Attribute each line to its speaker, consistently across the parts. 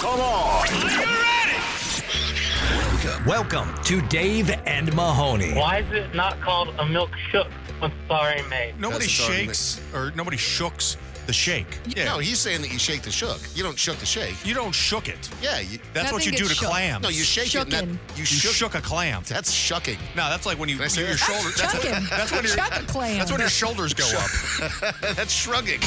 Speaker 1: Come on.
Speaker 2: Welcome to Dave and Mahoney.
Speaker 3: Why is it not called a milk shook when it's already made?
Speaker 4: Nobody
Speaker 1: That's starting
Speaker 4: shakes or nobody shooks the shake. Yeah.
Speaker 1: No, he's saying that you shake the shook. You don't shook the shake.
Speaker 4: you don't shook it.
Speaker 1: Yeah, you,
Speaker 4: That's what
Speaker 5: Nothing
Speaker 4: you do to
Speaker 5: gets shook.
Speaker 4: clams.
Speaker 1: no, you shake it. and
Speaker 5: Shookin'.
Speaker 1: That, you
Speaker 4: You shook,
Speaker 1: shook.
Speaker 4: a clam.
Speaker 1: That's shucking.
Speaker 4: No, that's like when you
Speaker 1: Can I say
Speaker 4: your, your
Speaker 1: that?
Speaker 4: shoulder. That's,
Speaker 5: Chucking.
Speaker 4: that's when your
Speaker 5: Chuck a clam.
Speaker 4: That's when your shoulders go up.
Speaker 1: that's shrugging.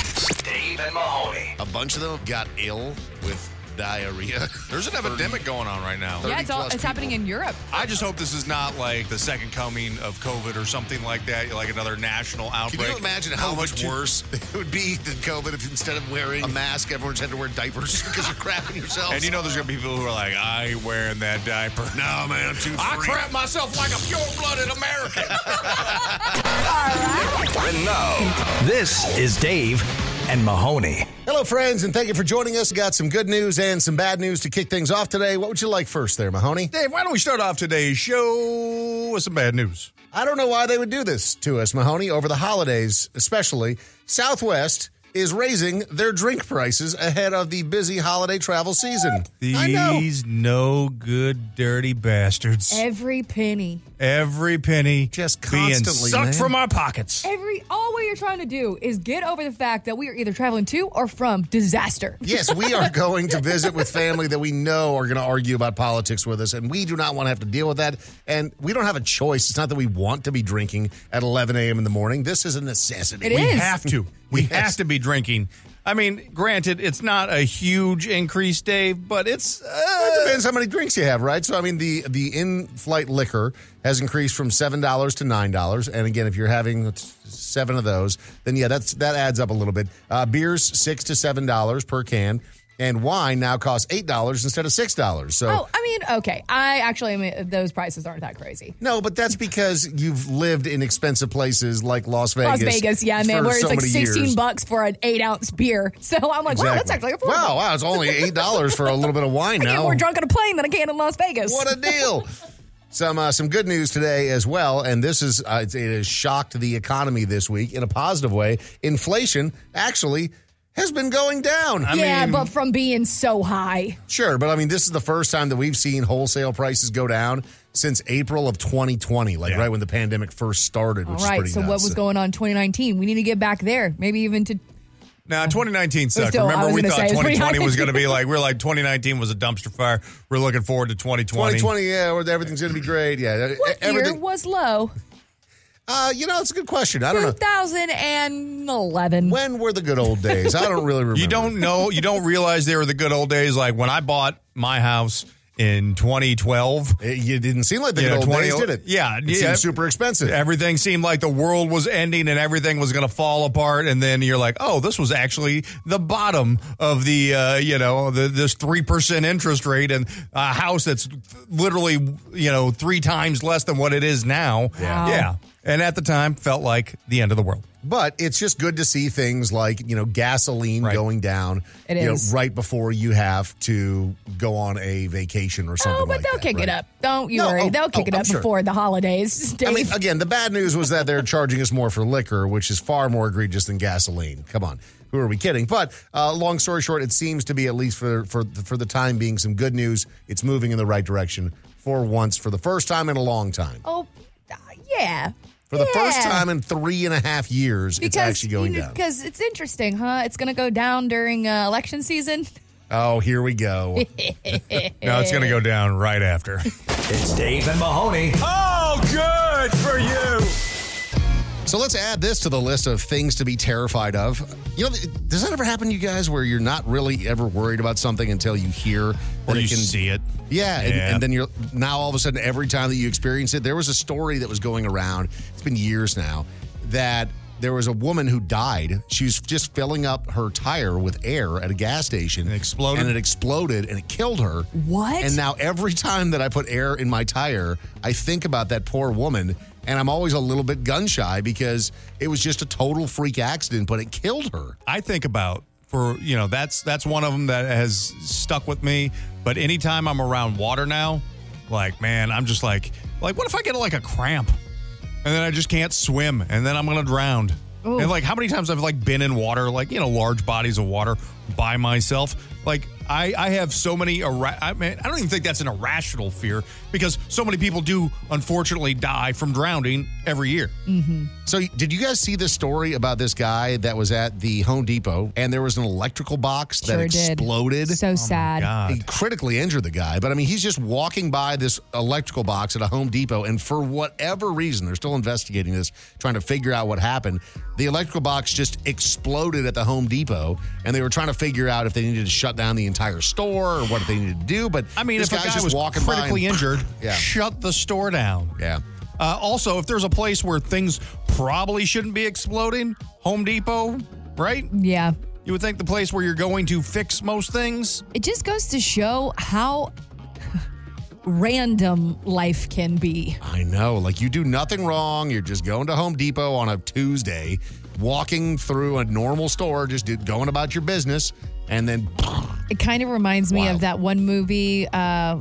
Speaker 2: Dave and Mahoney.
Speaker 1: A bunch of them got ill with diarrhea.
Speaker 4: There's an epidemic going on right now.
Speaker 5: Yeah, it's, all,
Speaker 1: 30 plus
Speaker 5: it's happening
Speaker 1: people.
Speaker 5: in Europe.
Speaker 4: I just hope this is not like the second coming of COVID or something like that, like another national
Speaker 1: Can
Speaker 4: outbreak.
Speaker 1: you imagine how
Speaker 4: Over
Speaker 1: much
Speaker 4: two-
Speaker 1: worse it would be than COVID if instead of wearing a mask, everyone's had to wear diapers because you're crapping yourself?
Speaker 4: And you know, there's gonna be people who are like, "I ain't wearing that diaper."
Speaker 1: no, man, I'm too
Speaker 4: I
Speaker 1: free.
Speaker 4: crap myself like a pure-blooded American.
Speaker 2: And now, this is Dave and Mahoney.
Speaker 1: Hello, friends, and thank you for joining us. Got some good news and some bad news to kick things off today. What would you like first, there, Mahoney?
Speaker 4: Dave, why don't we start off today's show with some bad news?
Speaker 1: I don't know why they would do this to us, Mahoney, over the holidays, especially. Southwest is raising their drink prices ahead of the busy holiday travel season. I know.
Speaker 4: These no good, dirty bastards.
Speaker 5: Every penny.
Speaker 4: Every penny
Speaker 1: Just
Speaker 4: being
Speaker 1: constantly,
Speaker 4: sucked
Speaker 1: man.
Speaker 4: from our pockets.
Speaker 5: Every all we are trying to do is get over the fact that we are either traveling to or from disaster.
Speaker 1: Yes, we are going to visit with family that we know are going to argue about politics with us, and we do not want to have to deal with that. And we don't have a choice. It's not that we want to be drinking at 11 a.m. in the morning. This is a necessity.
Speaker 5: It
Speaker 4: we
Speaker 5: is.
Speaker 4: have to. We
Speaker 1: Yes.
Speaker 4: have to be drinking. I mean, granted, it's not a huge increase, Dave, but it's.
Speaker 1: Well, it
Speaker 4: Uh,
Speaker 1: depends how many drinks you have, right? So, I mean, the the in-flight liquor has increased from seven dollars to nine dollars, and again, if you're having seven of those, then yeah, that's that adds up a little bit. Uh, beers six to seven dollars per can, and wine now costs eight dollars instead of six dollars. So.
Speaker 5: Oh, I mean, okay. I actually, I mean, those prices aren't that crazy.
Speaker 1: No, but that's because you've lived in expensive places like Las Vegas.
Speaker 5: Las Vegas, yeah, man,
Speaker 1: for
Speaker 5: where it's
Speaker 1: so
Speaker 5: like
Speaker 1: many
Speaker 5: 16
Speaker 1: years.
Speaker 5: bucks for an eight ounce beer. So I'm like, wow, that's
Speaker 1: Exactly.
Speaker 5: actually affordable.
Speaker 1: Wow, wow, it's only eight dollars for a little bit of wine
Speaker 5: I
Speaker 1: now.
Speaker 5: get more drunk on a plane than I can in Las Vegas.
Speaker 1: What a deal! Some uh, some good news today as well, and this is uh, it's- it has shocked the economy this week in a positive way. Inflation actually has been going down.
Speaker 5: yeah,
Speaker 4: mean-
Speaker 5: but from being so high.
Speaker 1: sure, but I mean this is the first time that we've seen wholesale prices go down since April of 2020, like
Speaker 4: Yeah.
Speaker 1: right when the pandemic first started. Which
Speaker 5: All
Speaker 1: is
Speaker 5: right.
Speaker 1: pretty
Speaker 5: So what
Speaker 1: nuts.
Speaker 5: was going on in 2019? We need to get back there. Maybe even to
Speaker 4: now, 2019 sucked.
Speaker 5: still- I
Speaker 4: Remember,
Speaker 5: was
Speaker 4: we
Speaker 5: gonna
Speaker 4: thought
Speaker 5: say, it's pretty
Speaker 4: 2020 was
Speaker 5: high.
Speaker 4: going to be like, we're like, 2019 was a dumpster fire. We're looking forward to 2020.
Speaker 1: 2020, yeah, where everything's going to be great. Yeah,
Speaker 5: what year
Speaker 1: E-, everything.
Speaker 5: was low?
Speaker 1: Uh, you know, it's a good question. I don't know.
Speaker 5: 2011.
Speaker 1: When were the good old days? I don't really remember.
Speaker 4: You don't know, you don't realize they were the good old days. Like when I bought my house in 2012,
Speaker 1: It, you didn't seem like the
Speaker 4: You
Speaker 1: good
Speaker 4: know,
Speaker 1: old
Speaker 4: 20
Speaker 1: days, did it?
Speaker 4: yeah,
Speaker 1: it
Speaker 4: yeah.
Speaker 1: seemed super expensive.
Speaker 4: everything seemed like the world was ending and everything was going to fall apart and then you're like oh this was actually the bottom of the uh, you know the, this 3% interest rate and a house that's literally you know three times less than what it is now
Speaker 5: Yeah. Wow.
Speaker 4: yeah and at the time felt like the end of the world
Speaker 1: But it's just good to see things like you know gasoline
Speaker 4: Right.
Speaker 1: going down.
Speaker 5: It
Speaker 1: you know,
Speaker 5: is.
Speaker 1: right before you have to go on a vacation or something.
Speaker 5: Oh, but
Speaker 1: like
Speaker 5: they'll
Speaker 1: that,
Speaker 5: kick
Speaker 1: right?
Speaker 5: it up. Don't you
Speaker 1: No,
Speaker 5: worry.
Speaker 1: oh,
Speaker 5: they'll kick it
Speaker 1: oh, I'm
Speaker 5: up
Speaker 1: sure.
Speaker 5: before the holidays.
Speaker 1: I
Speaker 5: Dave.
Speaker 1: mean, again, the bad news was that they're charging us more for liquor, which is far more egregious than gasoline. Come on, who are we kidding? But uh, long story short, it seems to be at least for for for the time being some good news. It's moving in the right direction for once, for the first time in a long time,
Speaker 5: oh, uh, yeah.
Speaker 1: for the first
Speaker 5: Yeah.
Speaker 1: time in three and a half years, it's actually going
Speaker 5: you know,
Speaker 1: down.
Speaker 5: Because it's interesting, huh? It's going to go down during uh, election season.
Speaker 1: Oh, here we go.
Speaker 4: no it's going to go down right after
Speaker 2: It's Dave and Mahoney.
Speaker 4: oh good for you
Speaker 1: So let's add this to the list of things to be terrified of. You know, does that ever happen to you guys where you're not really ever worried about something until you hear
Speaker 4: or
Speaker 1: that
Speaker 4: you
Speaker 1: it can
Speaker 4: see it
Speaker 1: Yeah, and,
Speaker 4: Yeah.
Speaker 1: and then you're now all of a sudden every time that you experience it, there was a story that was going around. It's been years now that there was a woman who died. She was just filling up her tire with air at a gas station.
Speaker 4: And it exploded?
Speaker 1: And it exploded and it killed her.
Speaker 5: What?
Speaker 1: And now every time that I put air in my tire, I think about that poor woman. And I'm always a little bit gun shy because it was just a total freak accident, but it killed her.
Speaker 4: I think about for you know that's that's one of them that has stuck with me. But anytime I'm around water now, like man, I'm just like like what if I get like a cramp, and then I just can't swim, and then I'm gonna drown.
Speaker 5: Ooh.
Speaker 4: And like how many times I've like been in water, like you know large bodies of water by myself. Like I I have so many irra- I mean I don't even think that's an irrational fear because so many people do unfortunately die from drowning every year.
Speaker 1: So, did you guys see this story about this guy that was at the Home Depot and there was an electrical box that
Speaker 5: Sure did.
Speaker 1: exploded?
Speaker 5: So sad.
Speaker 4: God.
Speaker 1: He critically injured the guy, but I mean, he's just walking by this electrical box at a Home Depot, and for whatever reason, they're still investigating this, trying to figure out what happened. The electrical box just exploded at the Home Depot, and they were trying to figure out if they needed to shut down the entire store or what they needed to do. But
Speaker 4: I mean,
Speaker 1: this
Speaker 4: if a
Speaker 1: guy's
Speaker 4: guy
Speaker 1: just
Speaker 4: was
Speaker 1: walking by
Speaker 4: critically
Speaker 1: and-
Speaker 4: injured,
Speaker 1: yeah,
Speaker 4: shut the store down.
Speaker 1: yeah.
Speaker 4: Uh, also, if there's a place where things probably shouldn't be exploding, Home Depot, right?
Speaker 5: Yeah.
Speaker 4: You would think the place where you're going to fix most things.
Speaker 5: It just goes to show how random life can be.
Speaker 1: I know. Like you do nothing wrong. You're just going to Home Depot on a Tuesday, walking through a normal store, just do- going about your business, and then
Speaker 5: It kind of reminds me
Speaker 1: Wild.
Speaker 5: of that one movie, uh,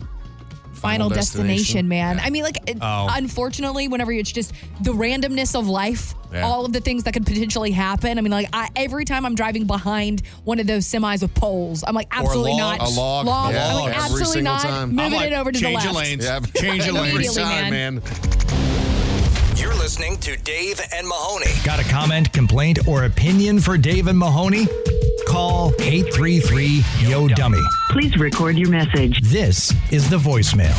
Speaker 5: Final, Destination,
Speaker 1: Destination.
Speaker 5: man. I mean, like, it-
Speaker 4: Oh.
Speaker 5: unfortunately, whenever it's just the randomness of life,
Speaker 1: Yeah.
Speaker 5: all of the things that could potentially happen. I mean, like, I, every time I'm driving behind one of those semis with poles, I'm like, absolutely
Speaker 4: log.
Speaker 5: not.
Speaker 1: A log.
Speaker 5: Log.
Speaker 1: Yeah.
Speaker 5: I'm like,
Speaker 1: Every
Speaker 5: absolutely
Speaker 1: single
Speaker 5: not.
Speaker 1: time. I'm
Speaker 5: Moving
Speaker 4: I'm like,
Speaker 5: it over to
Speaker 4: change
Speaker 5: the
Speaker 4: your
Speaker 5: left.
Speaker 4: lanes.
Speaker 1: yeah,
Speaker 4: Change your
Speaker 1: every
Speaker 4: lanes.
Speaker 5: Immediately,
Speaker 1: time, man.
Speaker 2: You're listening to Dave and Mahoney. Got a comment, complaint, or opinion for Dave and Mahoney? Call 833 Yo Dummy.
Speaker 6: Please record your message.
Speaker 2: This is the voicemail.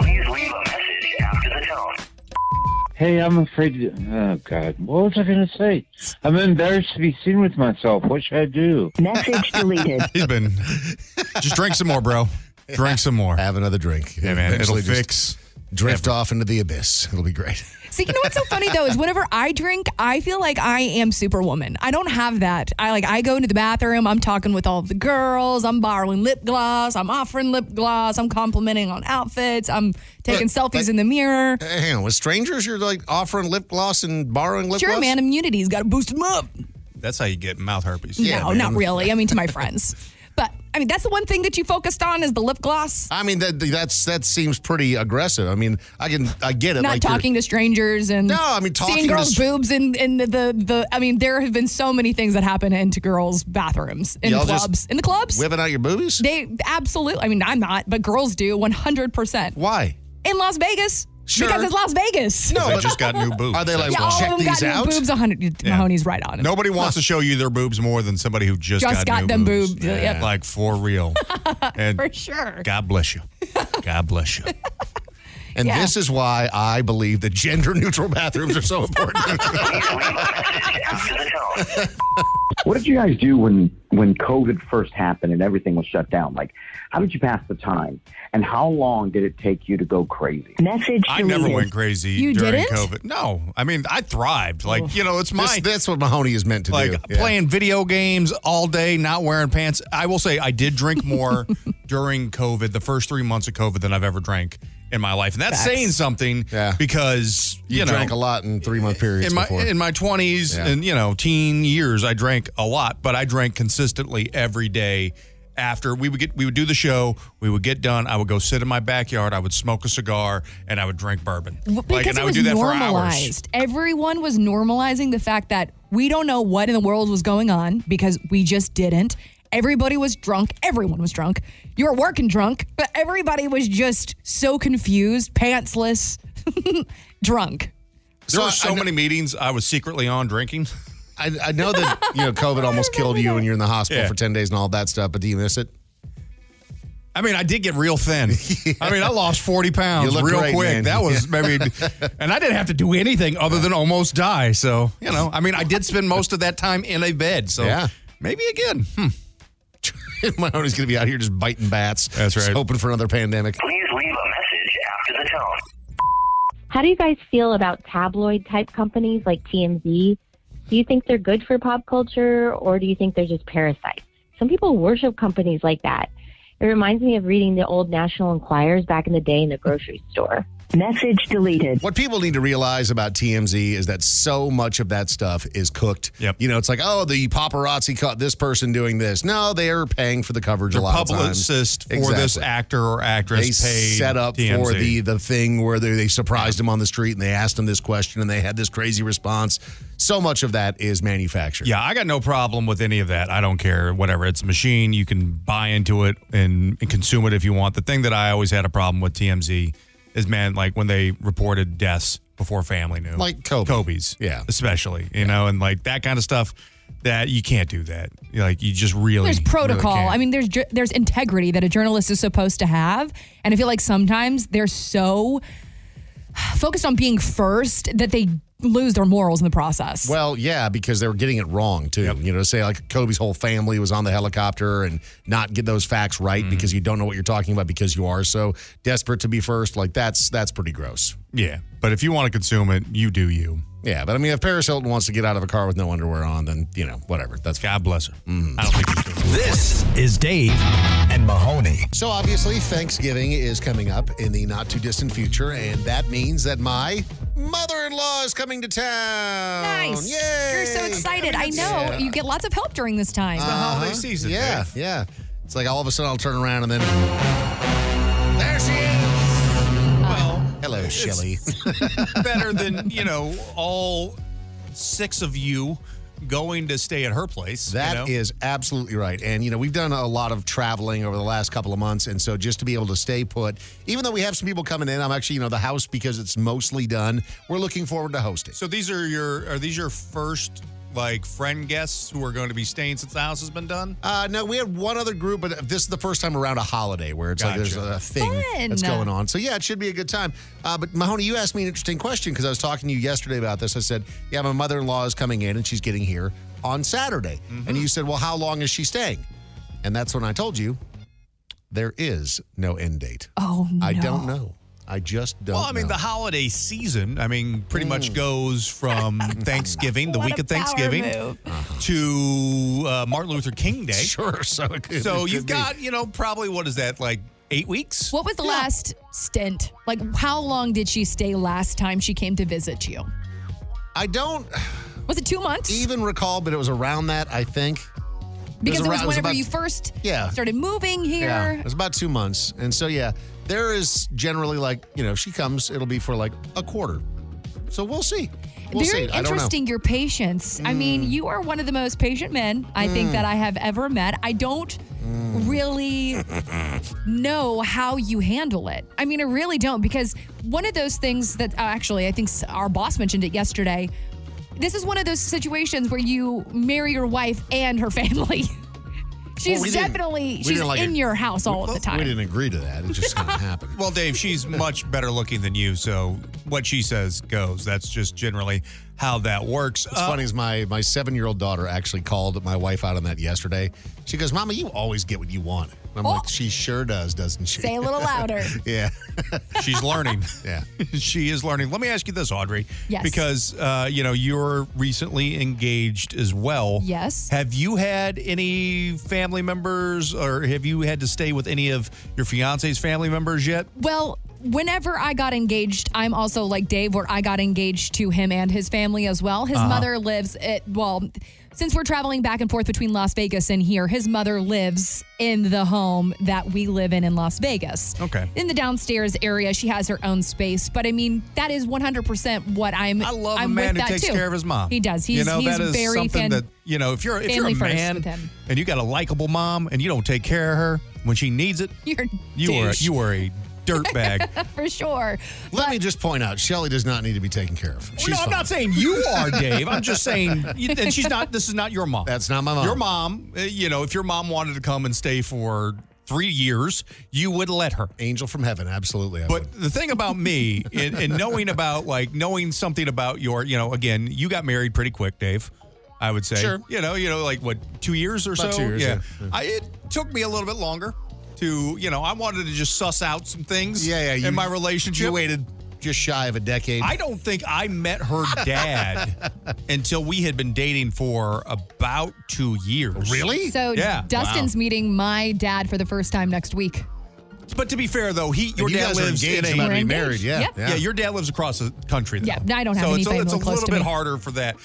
Speaker 7: Please leave a message after the tone.
Speaker 8: Hey, I'm afraid. To, oh God, what was I going to say? I'm embarrassed to be seen with myself. What should I do?
Speaker 6: Message deleted.
Speaker 4: He's been. Just drink some more, bro. Drink some more.
Speaker 1: Have another drink.
Speaker 4: Yeah, man. It'll
Speaker 1: Eventually just
Speaker 4: fix.
Speaker 1: Drift off into the abyss. It'll be great.
Speaker 5: See, you know what's so funny though is whenever I drink, I feel like I am Superwoman. I don't have that. I like I go into the bathroom. I'm talking with all the girls. I'm borrowing lip gloss. I'm offering lip gloss. I'm complimenting on outfits. I'm taking
Speaker 1: Look,
Speaker 5: selfies
Speaker 1: like-
Speaker 5: in the mirror.
Speaker 1: Hey, Hang on, with strangers, you're like offering lip gloss and borrowing lip gloss.
Speaker 5: Sure, man, immunity's got to boost them up.
Speaker 4: That's how you get mouth herpes.
Speaker 5: no,
Speaker 1: man.
Speaker 5: not really. I mean, to my friends, but I mean that's the one thing that you focused on is the lip gloss.
Speaker 1: I mean, that that's that seems pretty aggressive. I mean, I can I get it.
Speaker 5: Not
Speaker 1: like you're-
Speaker 5: talking to strangers and
Speaker 1: No, I mean, talking
Speaker 5: seeing
Speaker 1: to
Speaker 5: girls'
Speaker 1: str-
Speaker 5: boobs and and the, the the I mean there have been so many things that happen into girls' bathrooms in
Speaker 1: Y'all just
Speaker 5: clubs in the clubs.
Speaker 1: whipping out your boobies.
Speaker 5: They absolutely. I mean, I'm not, but girls do 100 percent
Speaker 1: Why?
Speaker 5: in Las Vegas
Speaker 1: Sure.
Speaker 5: because it's Las Vegas.
Speaker 4: They
Speaker 1: No, but
Speaker 4: just got new boobs.
Speaker 1: Are they like-
Speaker 5: yeah,
Speaker 4: That's why.
Speaker 5: all
Speaker 1: check
Speaker 5: of them got
Speaker 1: these out?
Speaker 5: new boobs. 100.
Speaker 4: Yeah.
Speaker 5: Mahoney's right on it.
Speaker 4: Nobody wants to show you their boobs more than somebody who just,
Speaker 5: Just got
Speaker 4: new
Speaker 5: them
Speaker 4: boobs.
Speaker 5: boobed, yep.
Speaker 4: Like for real. And
Speaker 5: for sure.
Speaker 4: God bless you. God bless you.
Speaker 1: And
Speaker 5: Yeah.
Speaker 1: this is why I believe that gender neutral bathrooms are so important.
Speaker 7: Please leave a message after the tone.
Speaker 9: What did you guys do when when COVID first happened and everything was shut down? Like, how did you pass the time? And how long did it take you to go crazy?
Speaker 6: Message deleted.
Speaker 4: I never went crazy
Speaker 5: You
Speaker 4: during
Speaker 5: didn't?
Speaker 4: COVID. No, I mean I thrived. Like you know, it's my
Speaker 1: Oh. This- that's what Mahoney is meant to
Speaker 4: like
Speaker 1: do. Yeah.
Speaker 4: playing video games all day, not wearing pants. I will say I did drink more during COVID, the first three months of COVID, than I've ever drank in my life, and that's saying something.
Speaker 1: Yeah.
Speaker 4: because you,
Speaker 1: You,
Speaker 4: know,
Speaker 1: drank a lot in three month periods
Speaker 4: in my
Speaker 1: before.
Speaker 4: in my twenties
Speaker 1: Yeah.
Speaker 4: and you know teen years, I drank a lot, but I drank consistently every day. After we would get we would do the show, we would get done. I would go sit in my backyard. I would smoke a cigar and I would drink bourbon.
Speaker 5: Well, Because
Speaker 4: and
Speaker 5: it was normalized. Everyone was normalizing the fact that we don't know what in the world was going on because we just didn't. Everybody was drunk. Everyone was drunk. You were working drunk, but everybody was just so confused, pantsless, drunk.
Speaker 4: There
Speaker 1: So
Speaker 4: were
Speaker 1: I-
Speaker 4: so
Speaker 1: I kn-
Speaker 4: many meetings I was secretly on drinking.
Speaker 1: I, I know that you know COVID almost killed you, and you're in the hospital
Speaker 4: Yeah.
Speaker 1: for ten days and all that stuff. But do you miss it?
Speaker 4: I mean, I did get real thin. I mean, I lost 40 pounds
Speaker 1: You look
Speaker 4: real
Speaker 1: great,
Speaker 4: quick.
Speaker 1: man.
Speaker 4: That was maybe, and I didn't have to do anything other than almost die. So, you know, I mean, I did spend most of that time in a bed. So
Speaker 1: Yeah.
Speaker 4: maybe again. Hmm.
Speaker 1: Mahoney's going to be out here just biting bats.
Speaker 4: That's
Speaker 1: just
Speaker 4: right.
Speaker 1: hoping for another pandemic.
Speaker 7: Please leave a message after the tone.
Speaker 10: How do you guys feel about tabloid type companies like TMZ do you think they're good for pop culture or do you think they're just parasites? Some people worship companies like that. It reminds me of reading the old National Enquirers back in the day in the grocery store.
Speaker 1: Message deleted. What people need to realize about TMZ is that so much of that stuff is cooked. Yep. You know, it's like, oh, the paparazzi caught this person doing this. No, they are paying for the coverage
Speaker 4: Their
Speaker 1: a lot of times.
Speaker 4: publicist for this
Speaker 1: Exactly.
Speaker 4: actor or actress
Speaker 1: They
Speaker 4: paid
Speaker 1: set up for
Speaker 4: TMZ.
Speaker 1: the the thing where they, they surprised him on the street and they asked him this question and they had this crazy response. So much of that is manufactured.
Speaker 4: Yeah, I got no problem with any of that. I don't care. Whatever. It's a machine. You can buy into it and, and consume it if you want. The thing that I always had a problem with TMZ is, man, like when they reported deaths before family knew.
Speaker 1: Like Kobe.
Speaker 4: Kobe's.
Speaker 1: Yeah.
Speaker 4: Especially, you know, and like that kind of stuff that you can't do that. Like you just really.
Speaker 5: there's
Speaker 4: really
Speaker 5: protocol.
Speaker 4: can't.
Speaker 5: I mean, there's ju- there's integrity that a journalist is supposed to have, and I feel like sometimes they're so focused on being first that they lose their morals in the process.
Speaker 1: Well, yeah, because they were getting it wrong too. You know, to say like Kobe's whole family was on the helicopter and not get those facts
Speaker 4: Mm-hmm.
Speaker 1: right because you don't know what you're talking about because you are so desperate to be first. Like that's that's pretty gross.
Speaker 4: yeah. But if you want to consume it, you do you.
Speaker 1: Yeah, but I mean, if Paris Hilton wants to get out of a car with no underwear on, then you know, whatever. That's
Speaker 4: God bless her.
Speaker 1: I don't think
Speaker 2: This is Dave and Mahoney.
Speaker 1: So obviously, Thanksgiving is coming up in the not too distant future, and that means that my mother-in-law is coming to town.
Speaker 5: Nice.
Speaker 1: Yay!
Speaker 5: You're so excited. I,
Speaker 1: mean,
Speaker 5: know.
Speaker 1: it's-
Speaker 5: You get lots of help during this time.
Speaker 1: Uh-huh. Yeah, yeah. It's like all of a sudden I'll turn around and then there she is.
Speaker 4: Well,
Speaker 1: hello,
Speaker 4: it's
Speaker 1: Shelly.
Speaker 4: better than you know all six of you going to stay at her place.
Speaker 1: That is
Speaker 4: you know?
Speaker 1: absolutely right. And, you know, we've done a lot of traveling over the last couple of months. And so just to be able to stay put, even though we have some people coming in, I'm actually, you know, the house because it's mostly done, we're looking forward to hosting.
Speaker 4: So these are your are these your first like friend guests who are going to be staying since the house has been done?
Speaker 1: Uh, no, we had one other group, but this is the first time around a holiday where it's like
Speaker 4: Gotcha.
Speaker 1: there's a thing
Speaker 4: Fun.
Speaker 1: that's going on. So yeah, it should be a good time. Uh, but Mahoney, you asked me an interesting question because I was talking to you yesterday about this. I said, "Yeah, my mother-in-law is coming in and she's getting here on Saturday,"
Speaker 4: Mm-hmm.
Speaker 1: and you said, "Well, how long is she staying?" And that's when I told you there is no end date.
Speaker 5: Oh no.
Speaker 1: I don't know. I just don't.
Speaker 4: Well, I mean,
Speaker 1: know. Hmm.
Speaker 4: the holiday season, I mean, pretty much goes from Thanksgiving, the
Speaker 5: What
Speaker 4: week
Speaker 5: a
Speaker 4: of Thanksgiving,
Speaker 5: power move.
Speaker 4: to uh, Martin Luther King Day.
Speaker 1: Sure. So, it could-
Speaker 4: so
Speaker 1: it
Speaker 4: you've
Speaker 1: could be.
Speaker 4: got, you know, probably what is that, like eight weeks?
Speaker 5: What was the last stint? Like, how long did she stay last time she came to visit you?
Speaker 1: I don't
Speaker 5: Was it two months?
Speaker 1: even recall, but it was around that I think.
Speaker 5: because it was,
Speaker 1: around-
Speaker 5: whenever
Speaker 1: about-
Speaker 5: you first
Speaker 1: Yeah.
Speaker 5: started moving here.
Speaker 1: Yeah, it was about two months. And so, yeah, there is generally like, you know, she comes, it'll be for like a quarter. So we'll see.
Speaker 5: Very
Speaker 1: We'll see. I don't know. Mm.
Speaker 5: interesting, your patience. I mean, you are one of the most patient men I think that I have ever met. I don't
Speaker 1: Mm.
Speaker 5: really know how you handle it. I mean, I really don't because one of those things that uh, actually, I think s- our boss mentioned it yesterday. This is one of those situations where you marry your wife and her family. she's
Speaker 1: Oh, we didn't-
Speaker 5: definitely
Speaker 1: we
Speaker 5: she's
Speaker 1: didn't like
Speaker 5: in
Speaker 1: it.
Speaker 5: your house all of the
Speaker 1: We
Speaker 5: time.
Speaker 1: didn't agree to that. It just kind of happened.
Speaker 4: Well, Dave, she's much better looking than you, so what she says goes. That's just generally how that works.
Speaker 1: What's funny is my my seven year old daughter actually called my wife out on that yesterday. She goes, "Mama, you always get what you want." And I'm
Speaker 4: Oh.
Speaker 1: like, "She sure does, doesn't she?"
Speaker 5: Say a little louder.
Speaker 1: yeah,
Speaker 4: Uh, She's learning.
Speaker 1: yeah.
Speaker 4: she is learning. Let me ask you this, Audrey.
Speaker 5: Yes.
Speaker 4: Because uh, you know you're recently engaged as well.
Speaker 5: Yes.
Speaker 4: Have you had any family members, or have you had to stay with any of your fiance's family members yet?
Speaker 5: Well, whenever I got engaged, I'm also like Dave, where I got engaged to him and his family as well.
Speaker 4: Uh-huh.
Speaker 5: His mother lives at, well, since we're traveling back and forth between Las Vegas and here, his mother lives in the home that we live in in Las Vegas.
Speaker 4: Okay.
Speaker 5: In the downstairs area, she has her own space. But I mean, that is 100% what I'm.
Speaker 4: I love
Speaker 5: I'm
Speaker 4: a man
Speaker 5: with
Speaker 4: who
Speaker 5: that
Speaker 4: takes
Speaker 5: too.
Speaker 4: care of his mom.
Speaker 5: He does. He's,
Speaker 4: you know
Speaker 5: he's
Speaker 4: that is
Speaker 5: very
Speaker 4: something
Speaker 5: fan-
Speaker 4: that you know if you're if you're
Speaker 5: family
Speaker 4: a
Speaker 5: first
Speaker 4: man
Speaker 5: with him.
Speaker 4: and you got a likable mom and you don't take care of her when she needs it,
Speaker 5: You're a
Speaker 4: you are
Speaker 5: douche.
Speaker 4: you are a dirtbag.
Speaker 5: for sure.
Speaker 1: Let me just point out, Shelly does not need to be taken care of. She's
Speaker 4: no, I'm
Speaker 1: fine.
Speaker 4: not saying you are, Dave. I'm just saying, you- and she's not. This is not your mom.
Speaker 1: That's not my mom.
Speaker 4: Your mom. uh, You know, if your mom wanted to come and stay for three years, you would let her.
Speaker 1: angel from heaven. Absolutely, I would.
Speaker 4: But the thing about me and, and knowing about like knowing something about your, you know, again, you got married pretty quick, Dave. I would say,
Speaker 1: Sure.
Speaker 4: You know, you know, like what, two years or
Speaker 1: About
Speaker 4: so?
Speaker 1: two years,
Speaker 4: yeah.
Speaker 1: yeah.
Speaker 4: I, it took me a little bit longer to, you know, I wanted to just suss out some things.
Speaker 1: Yeah, yeah, you-
Speaker 4: in my relationship,
Speaker 1: you waited just shy of a decade.
Speaker 4: I don't think I met her dad until we had been dating for about two years.
Speaker 5: So
Speaker 4: yeah.
Speaker 5: Dustin's meeting my dad for the first time next week.
Speaker 4: But to be fair, though, he your
Speaker 1: you
Speaker 4: dad
Speaker 1: guys are
Speaker 4: lives
Speaker 1: engaged,
Speaker 4: in a
Speaker 1: about to be We're married, engaged. yeah,
Speaker 5: Yep.
Speaker 4: yeah,
Speaker 1: yeah.
Speaker 4: Your dad lives across the country. Though.
Speaker 5: Yeah, I don't have
Speaker 4: so
Speaker 5: any
Speaker 4: it's a, it's
Speaker 5: family
Speaker 4: a
Speaker 5: close
Speaker 4: little
Speaker 5: to
Speaker 4: bit
Speaker 5: me.
Speaker 4: harder for that.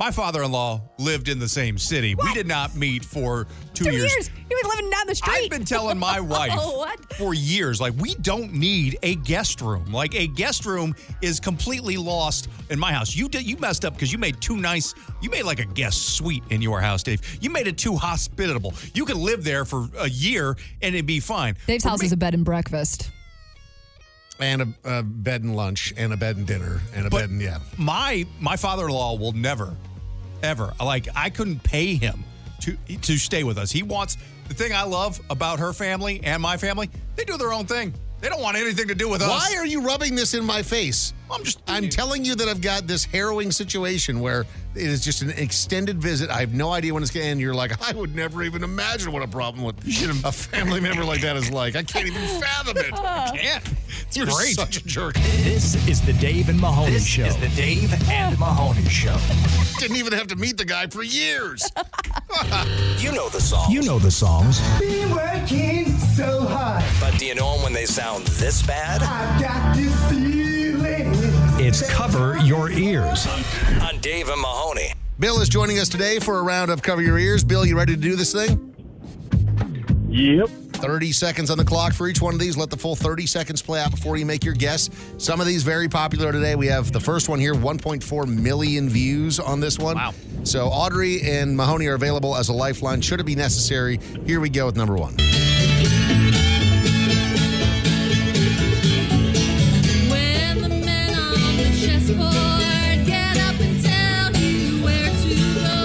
Speaker 4: My father-in-law lived in the same city. We did not meet for two,
Speaker 5: Two years. He was living down the street.
Speaker 4: I've been telling my wife
Speaker 5: what?
Speaker 4: for years, like, we don't need a guest room. Like, a guest room is completely lost in my house. You did, you messed up because you made too nice. You made like a guest suite in your house, Dave. You made it too hospitable. You could live there for a year and it'd be fine.
Speaker 5: Dave's
Speaker 4: For
Speaker 5: house
Speaker 4: me-
Speaker 5: is a bed and breakfast.
Speaker 1: and a, a bed and lunch and a bed and dinner and a bed and yeah.
Speaker 4: my my father-in-law will never ever like i couldn't pay him to to stay with us he wants the thing i love about her family and my family they do their own thing they don't want anything to do with us
Speaker 1: Why are you rubbing this in my face? I'm just I'm telling you that I've got this harrowing situation where it is just an extended visit. I have no idea when it's going to end. You're like, I would never even imagine what a problem with a family member like that is like. I can't even fathom it. I
Speaker 4: can't. It's
Speaker 1: You're
Speaker 2: great.
Speaker 1: such a jerk.
Speaker 2: This is the Dave and Mahoney
Speaker 1: This
Speaker 2: Show.
Speaker 1: is
Speaker 2: the Dave and Mahoney Show.
Speaker 1: Didn't even have to meet the guy for years.
Speaker 2: You know the songs. You know the songs.
Speaker 11: Been working so hard.
Speaker 2: But do you know them when they sound this bad?
Speaker 11: I got this feeling.
Speaker 2: It's Cover Your Ears on Dave and Mahoney.
Speaker 1: Bill is joining us today for a round of Cover Your Ears. Bill, you ready to do this thing? Yep. 30 seconds on the clock for each one of these. Let the full 30 seconds play out before you make your guess. Some of these very popular today. We have the first one here 1.4 million views on this one. Wow. So Audrey and Mahoney are available as a lifeline should it be necessary. Here we go with number one.
Speaker 12: When the men on the chessboard get up and tell you where to go,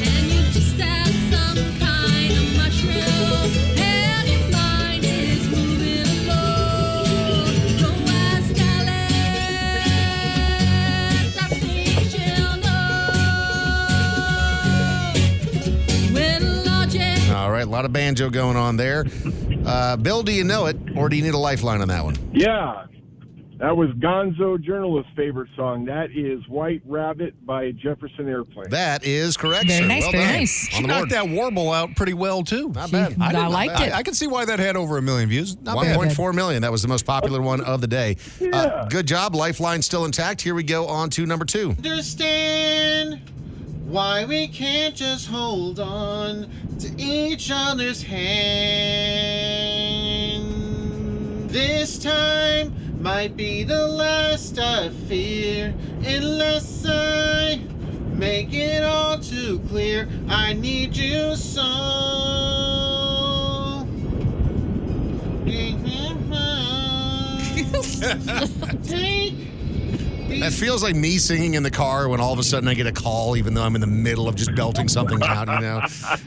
Speaker 12: and you just have some kind of mushroom, and your mind is moving along. Go ask Alex, I think she'll know. When logic
Speaker 1: All right, a lot of banjo going on there. Uh, Bill, do you know it or do you need a lifeline on that one?
Speaker 13: Yeah. That was Gonzo Journalist's favorite song. That is White Rabbit by Jefferson Airplane.
Speaker 1: That is correct.
Speaker 4: Very
Speaker 1: sir.
Speaker 4: nice,
Speaker 1: Well
Speaker 4: very
Speaker 1: done.
Speaker 4: nice.
Speaker 1: On the
Speaker 4: Knocked that
Speaker 1: board.
Speaker 4: warble out pretty well too. Not
Speaker 1: bad. I did
Speaker 4: I
Speaker 1: not
Speaker 4: liked
Speaker 1: bad.
Speaker 4: it. I, can see why that had over a million views. Not bad.
Speaker 1: 1.4 million. That was the most popular one of the day. Uh, good job. Lifeline still intact. Here we go on to number two.
Speaker 14: understand why we can't just hold on to each other's hand. This time might be the last I fear, unless I make it all too clear. I need you so. Take
Speaker 1: That feels like me singing in the car when all of a sudden I get a call, even though I'm in the middle of just belting something out, you know?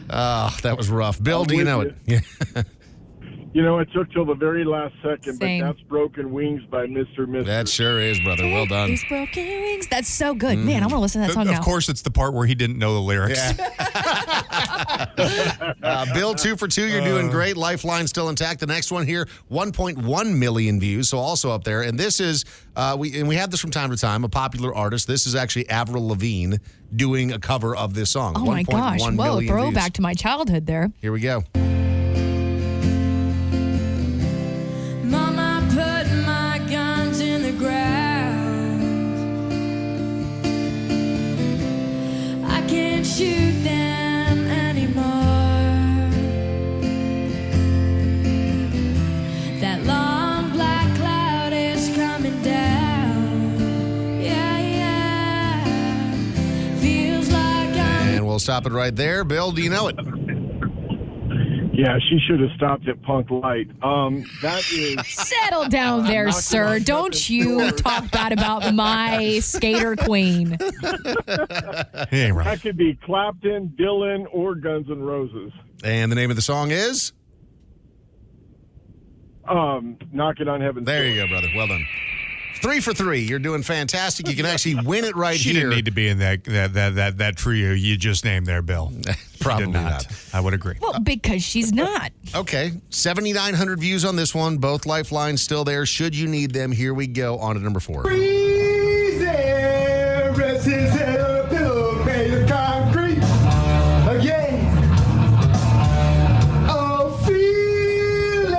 Speaker 1: Uh, that was rough. Bill,
Speaker 13: I'm
Speaker 1: do you
Speaker 13: with
Speaker 1: know
Speaker 13: you.
Speaker 1: it? Yeah.
Speaker 13: You know, it took till the very last second,
Speaker 5: Same.
Speaker 13: but that's Broken Wings by Mr. Mister.
Speaker 1: That sure is, brother. Well done.
Speaker 5: These broken wings. That's so good. Man, I want to listen to that
Speaker 4: Of-
Speaker 5: song
Speaker 4: of
Speaker 5: now.
Speaker 4: course, it's the part where he didn't know the lyrics.
Speaker 1: Uh, Bill, two for two. You're
Speaker 13: Uh.
Speaker 1: doing great. Lifeline still intact. The next one here, 1.1 million views, so also up there. And this is uh, we and we have this from time to time. A popular artist. This is actually Avril Lavigne doing a cover of this song.
Speaker 5: Oh my gosh.
Speaker 1: 1.1
Speaker 5: Whoa, a
Speaker 1: million views.
Speaker 5: throwback to my childhood there.
Speaker 1: Here we go.
Speaker 12: Mama put my guns in the ground. I can't shoot them anymore. That long black cloud is coming down. Yeah, yeah. Feels like I'm
Speaker 1: And we'll stop it right there. Bill, do you know it?
Speaker 13: Yeah, she should have stopped at Punk Light. Um, that is.
Speaker 5: Settle down there, sir. Don't you talk bad about my skater queen.
Speaker 13: That could be Clapton, Dylan, or Guns N' Roses.
Speaker 1: And the name of the song is
Speaker 13: Um, Knock It on Heaven's
Speaker 1: There you go, brother. Well done. Three for three. You're doing fantastic. You can actually win it right
Speaker 4: she
Speaker 1: here.
Speaker 4: didn't need to be in that that that that, that trio you just named there, Bill.
Speaker 1: Probably
Speaker 4: She did
Speaker 1: not.
Speaker 4: I would agree.
Speaker 5: Well, because she's not.
Speaker 1: Okay, 7,900 views on this one. Both lifelines still there. Should you need them, here we go on to number four.
Speaker 11: Freeze air, rest his head, pillow made of concrete. Again. Oh, feeling.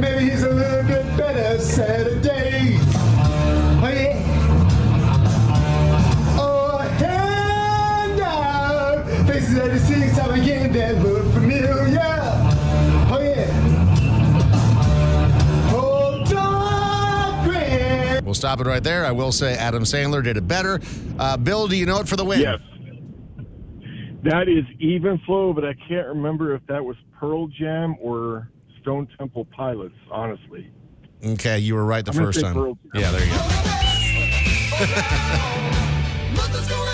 Speaker 11: Maybe he's a little bit better Saturdays. Oh, yeah. Oh, hand out. Faces that he sees time again that look familiar. Oh, yeah. Oh, dark gray.
Speaker 1: We'll stop it right there. I will say Adam Sandler did it better. Uh, Bill, do you know it for the win?
Speaker 13: Yes. That is even flow, but I can't remember if that was Pearl Jam or Stone Temple Pilots, honestly.
Speaker 1: Okay, you were right the
Speaker 13: I'm gonna
Speaker 1: first
Speaker 13: say
Speaker 1: time.
Speaker 13: Pearl Jam.
Speaker 1: Yeah, there you go.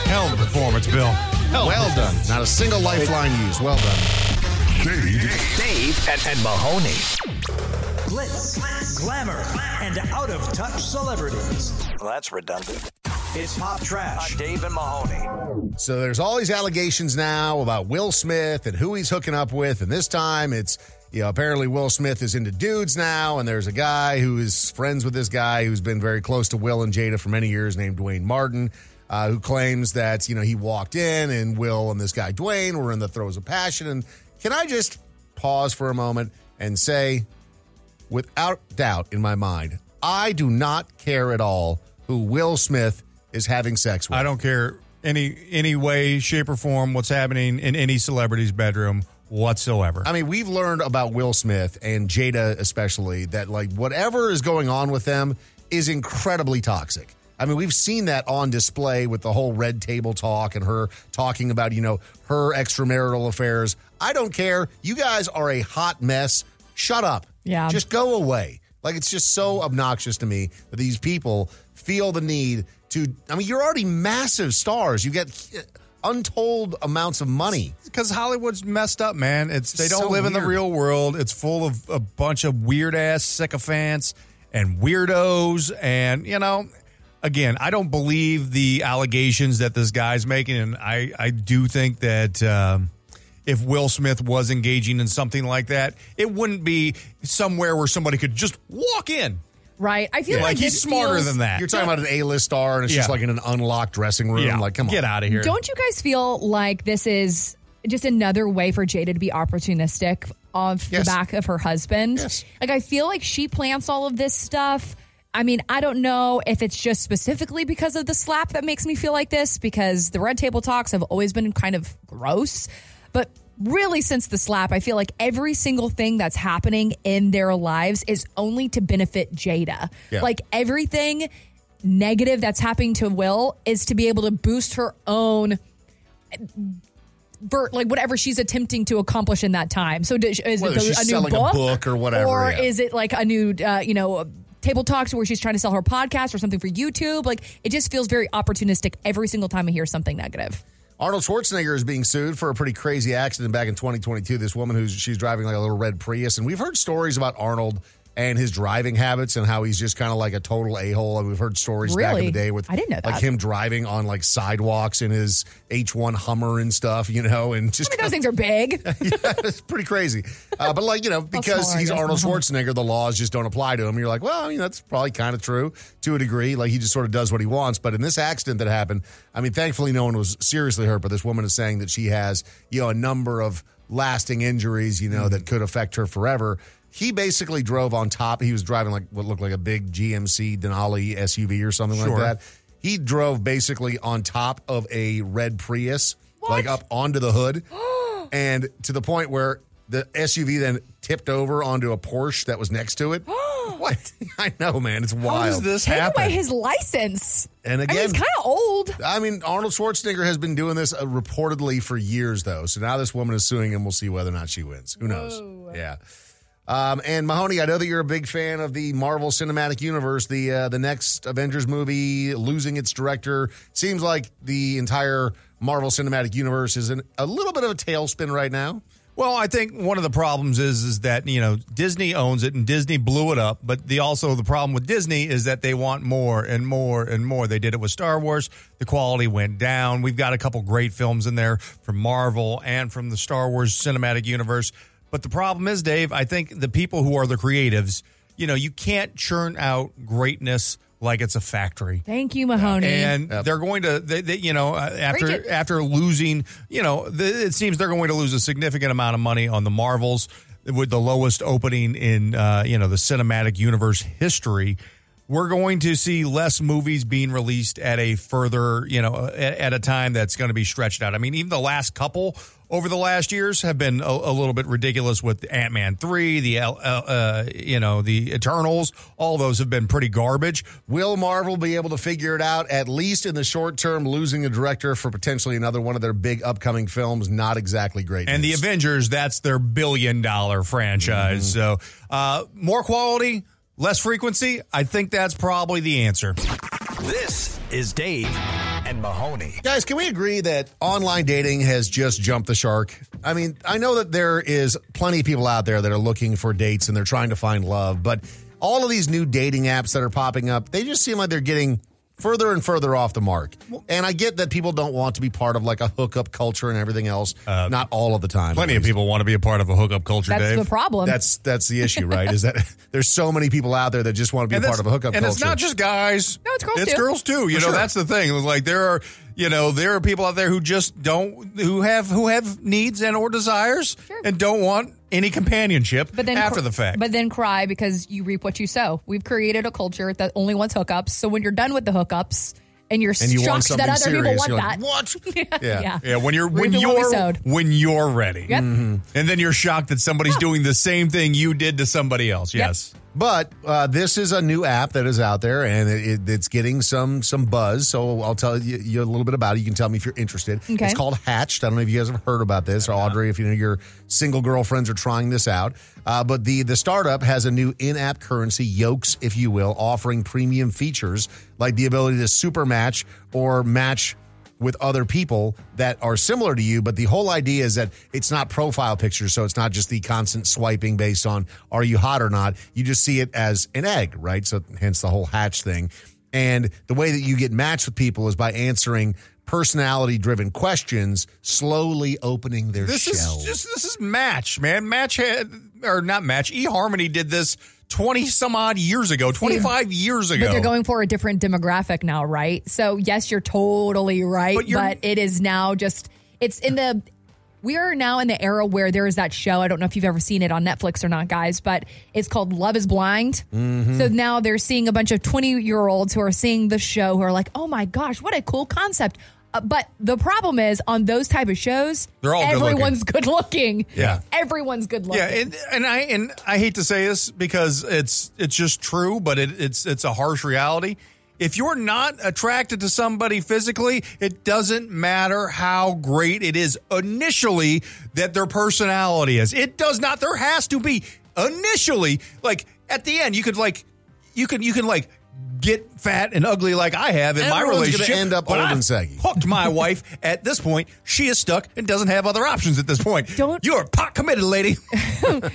Speaker 4: Hell of a performance, Bill.
Speaker 1: Well done. Not a single lifeline used. Well done.
Speaker 2: Dave, Dave and, and Mahoney. Glitz, glamour, and out of touch celebrities. Well, that's redundant. It's pop trash. on Dave and Mahoney.
Speaker 1: So there's all these allegations now about Will Smith and who he's hooking up with, and this time it's you know apparently Will Smith is into dudes now, and there's a guy who is friends with this guy who's been very close to Will and Jada for many years, named Dwayne Martin. Uh, who claims that you know he walked in and Will and this guy Dwayne were in the throes of passion? And can I just pause for a moment and say without doubt in my mind, I do not care at all who Will Smith is having sex with.
Speaker 4: I don't care any any way, shape, or form what's happening in any celebrity's bedroom whatsoever.
Speaker 1: I mean, we've learned about Will Smith and Jada especially that like whatever is going on with them is incredibly toxic. I mean, we've seen that on display with the whole red table talk and her talking about, you know, her extramarital affairs. I don't care. You guys are a hot mess. Shut up.
Speaker 5: Yeah.
Speaker 1: Just go away. Like it's just so obnoxious to me that these people feel the need to I mean, you're already massive stars. You get uh, untold amounts of money.
Speaker 4: because Hollywood's messed up, man. It's they don't
Speaker 1: So
Speaker 4: live in the
Speaker 1: weird.
Speaker 4: real world. It's full of a bunch of weird ass sycophants and weirdos, and you know, again, I don't believe the allegations that this guy's making, and I I do think that. Um, if Will Smith was engaging in something like that, it wouldn't be somewhere where somebody could just walk in.
Speaker 5: Right? I feel
Speaker 4: Yeah.
Speaker 5: like,
Speaker 4: Like, he's
Speaker 5: this
Speaker 4: smarter
Speaker 5: feels-
Speaker 4: than that.
Speaker 1: You're talking about an A-list star, and it's just
Speaker 4: Yeah.
Speaker 1: like in an unlocked dressing room. Like, come on,
Speaker 4: get out of here.
Speaker 5: Don't you guys feel like this is just another way for Jada to be opportunistic off
Speaker 1: Yes.
Speaker 5: the back of her husband? Like, I feel like she plants all of this stuff. I mean, I don't know if it's just specifically because of the slap that makes me feel like this, because the red table talks have always been kind of gross. But really, since the slap, I feel like every single thing that's happening in their lives is only to benefit Jada.
Speaker 12: Yeah.
Speaker 5: Like, everything negative that's happening to Will is to be able to boost her own vert, like whatever she's attempting to accomplish in that time. So does, is
Speaker 1: Whether
Speaker 5: it the-
Speaker 1: she's
Speaker 5: a new
Speaker 1: selling a
Speaker 5: book,
Speaker 1: book or whatever,
Speaker 5: or
Speaker 1: yeah.
Speaker 5: is it like a new, uh, you know? Table talks where she's trying to sell her podcast or something for YouTube. Like it just feels very opportunistic every single time I hear something negative.
Speaker 1: Arnold Schwarzenegger is being sued for a pretty crazy accident back in 2022. This woman who's she's driving like a little red Prius, and we've heard stories about Arnold and his driving habits and how he's just kind of like a total a-hole. And we've heard stories back in the
Speaker 5: Really?
Speaker 1: day with
Speaker 5: I didn't know
Speaker 1: like
Speaker 5: that.
Speaker 1: him driving on like sidewalks in his H1 Hummer and stuff, you know, and just
Speaker 5: I mean, those things are big.
Speaker 1: yeah, it's pretty crazy. Uh, but like you know, because
Speaker 5: smaller,
Speaker 1: he's
Speaker 5: I guess,
Speaker 1: Arnold
Speaker 5: than Hulk.
Speaker 1: Schwarzenegger, the laws just don't apply to him. You're like, well, you know, that's probably kind of true to a degree. Like he just sort of does what he wants. But in this accident that happened, I mean, thankfully no one was seriously hurt. But this woman is saying that she has you know a number of lasting injuries, you know, that could affect her forever. He basically drove on top. He was driving like what looked like a big GMC Denali SUV or something
Speaker 4: Sure.
Speaker 1: like that. He drove basically on top of a red Prius, like up onto the hood and to the point where the SUV then tipped over onto a Porsche that was next to it. what? I know, man. It's wild.
Speaker 5: Take away his license.
Speaker 1: and
Speaker 5: I mean,
Speaker 1: again,
Speaker 5: it's kind of old.
Speaker 1: I mean, Arnold Schwarzenegger has been doing this uh, reportedly for years, though. So now this woman is suing him. We'll see whether or not she wins. Who knows? Yeah. Um, and Mahoney, I know that you're a big fan of the Marvel Cinematic Universe. The uh, the next Avengers movie losing its director seems like the entire Marvel Cinematic Universe is in a little bit of a tailspin right now.
Speaker 4: Well, I think one of the problems is is that you know Disney owns it and Disney blew it up, but the also the problem with Disney is that they want more and more and more. They did it with Star Wars, the quality went down. We've got a couple great films in there from Marvel and from the Star Wars cinematic universe, but the problem is, Dave, I think the people who are the creatives, you know, you can't churn out greatness like it's a factory.
Speaker 5: Thank you, Mahoney.
Speaker 4: And they're going to, they, they, you know, uh,
Speaker 5: Preach
Speaker 4: after
Speaker 5: it.
Speaker 4: after losing, you know, th it seems they're going to lose a significant amount of money on the Marvels with the lowest opening in, uh, you know, the cinematic universe history. We're going to see less movies being released at a further, you know, at, at a time that's going to be stretched out. I mean, even the last couple over the last years have been a, a little bit ridiculous with Ant Man three, the L- uh, uh, you know the Eternals. All those have been pretty garbage.
Speaker 1: Will Marvel be able to figure it out, at least in the short term, losing a director for potentially another one of their big upcoming films? Not exactly great.
Speaker 4: And the
Speaker 1: news.
Speaker 4: Avengers, that's their billion dollar franchise. So uh, more quality, less frequency. I think that's probably the answer.
Speaker 2: This is Dave and Mahoney.
Speaker 1: Guys, can we agree that online dating has just jumped the shark? I mean, I know that there is plenty of people out there that are looking for dates and they're trying to find love, but all of these new dating apps that are popping up, they just seem like they're getting further and further off the mark. And I get that people don't want to be part of like a hookup culture and everything else, not all of the time.
Speaker 4: Uh, Plenty of people want to be a part of a hookup culture,
Speaker 5: That's
Speaker 4: Dave.
Speaker 5: the problem.
Speaker 1: That's that's the issue, right? is that there's so many people out there that just want to be a part
Speaker 4: that's-
Speaker 1: of a hookup
Speaker 4: and
Speaker 1: culture.
Speaker 4: it's not just guys.
Speaker 5: No, it's girls
Speaker 4: It's
Speaker 5: too.
Speaker 4: girls too. You know,
Speaker 1: For sure.
Speaker 4: that's the thing. It was Like there are, you know, there are people out there who just don't, who have, who have needs and or desires, and don't want any companionship.
Speaker 5: But then
Speaker 4: after
Speaker 5: cr-
Speaker 4: the fact,
Speaker 5: But then cry because you reap what you sow. We've created a culture that only wants hookups. So when you're done with the hookups and you're
Speaker 4: And you want
Speaker 5: shocked that
Speaker 4: something
Speaker 5: other people
Speaker 4: serious,
Speaker 5: want
Speaker 4: you're
Speaker 5: that.
Speaker 4: like,
Speaker 5: what? yeah.
Speaker 4: Yeah. yeah, When you're when
Speaker 5: Reaping what we
Speaker 4: you're
Speaker 5: sowed.
Speaker 4: when you're ready, Mm-hmm.
Speaker 5: Yep.
Speaker 4: and then you're shocked that somebody's doing the same thing you did to somebody else. Yes,
Speaker 1: But uh, this is a new app that is out there, and it, it, it's getting some some buzz. So I'll tell you, you a little bit about it. You can tell me if you're interested.
Speaker 15: Okay.
Speaker 1: It's called Hatched. I don't know if you guys have heard about this, or Audrey, if you know your single girlfriends are trying this out. Uh, but the the startup has a new in-app currency, Yokes, if you will, offering premium features like the ability to super match or match with other people that are similar to you. But the whole idea is that it's not profile pictures. So it's not just the constant swiping based on are you hot or not. You just see it as an egg, right? So hence the whole hatch thing. And the way that you get matched with people is by answering personality driven questions, slowly opening their
Speaker 4: this
Speaker 1: shell.
Speaker 4: is just this is Match, man. Match had or not Match. eHarmony did this twenty some odd years ago, twenty five years ago.
Speaker 5: But they're going for a different demographic now, right? So yes, you're totally right,
Speaker 4: But
Speaker 5: but,
Speaker 4: you're-
Speaker 5: it is now just it's in the we are now in the era where there is that show. I don't know if you've ever seen it on Netflix or not, guys, but it's called Love is Blind.
Speaker 4: Mm-hmm.
Speaker 5: So now they're seeing a bunch of 20 year olds who are seeing the show who are like, oh my gosh, what a cool concept. Uh, but the problem is on those type of shows,
Speaker 4: They're all good-looking.
Speaker 5: everyone's good looking.
Speaker 4: Yeah.
Speaker 5: Everyone's good looking.
Speaker 4: yeah, and, and I and I hate to say this because it's it's just true, but it, it's it's a harsh reality. If you're not attracted to somebody physically, it doesn't matter how great it is initially that their personality is. It does not. There has to be initially, like at the end, you could like you can you can like get fat and ugly like I have in my
Speaker 1: Everyone's gonna
Speaker 4: relationship.
Speaker 1: end up
Speaker 4: but
Speaker 1: old
Speaker 4: I've
Speaker 1: and saggy.
Speaker 4: Hooked my wife at this point. She is stuck and doesn't have other options at this point. Don't you're pot committed, lady.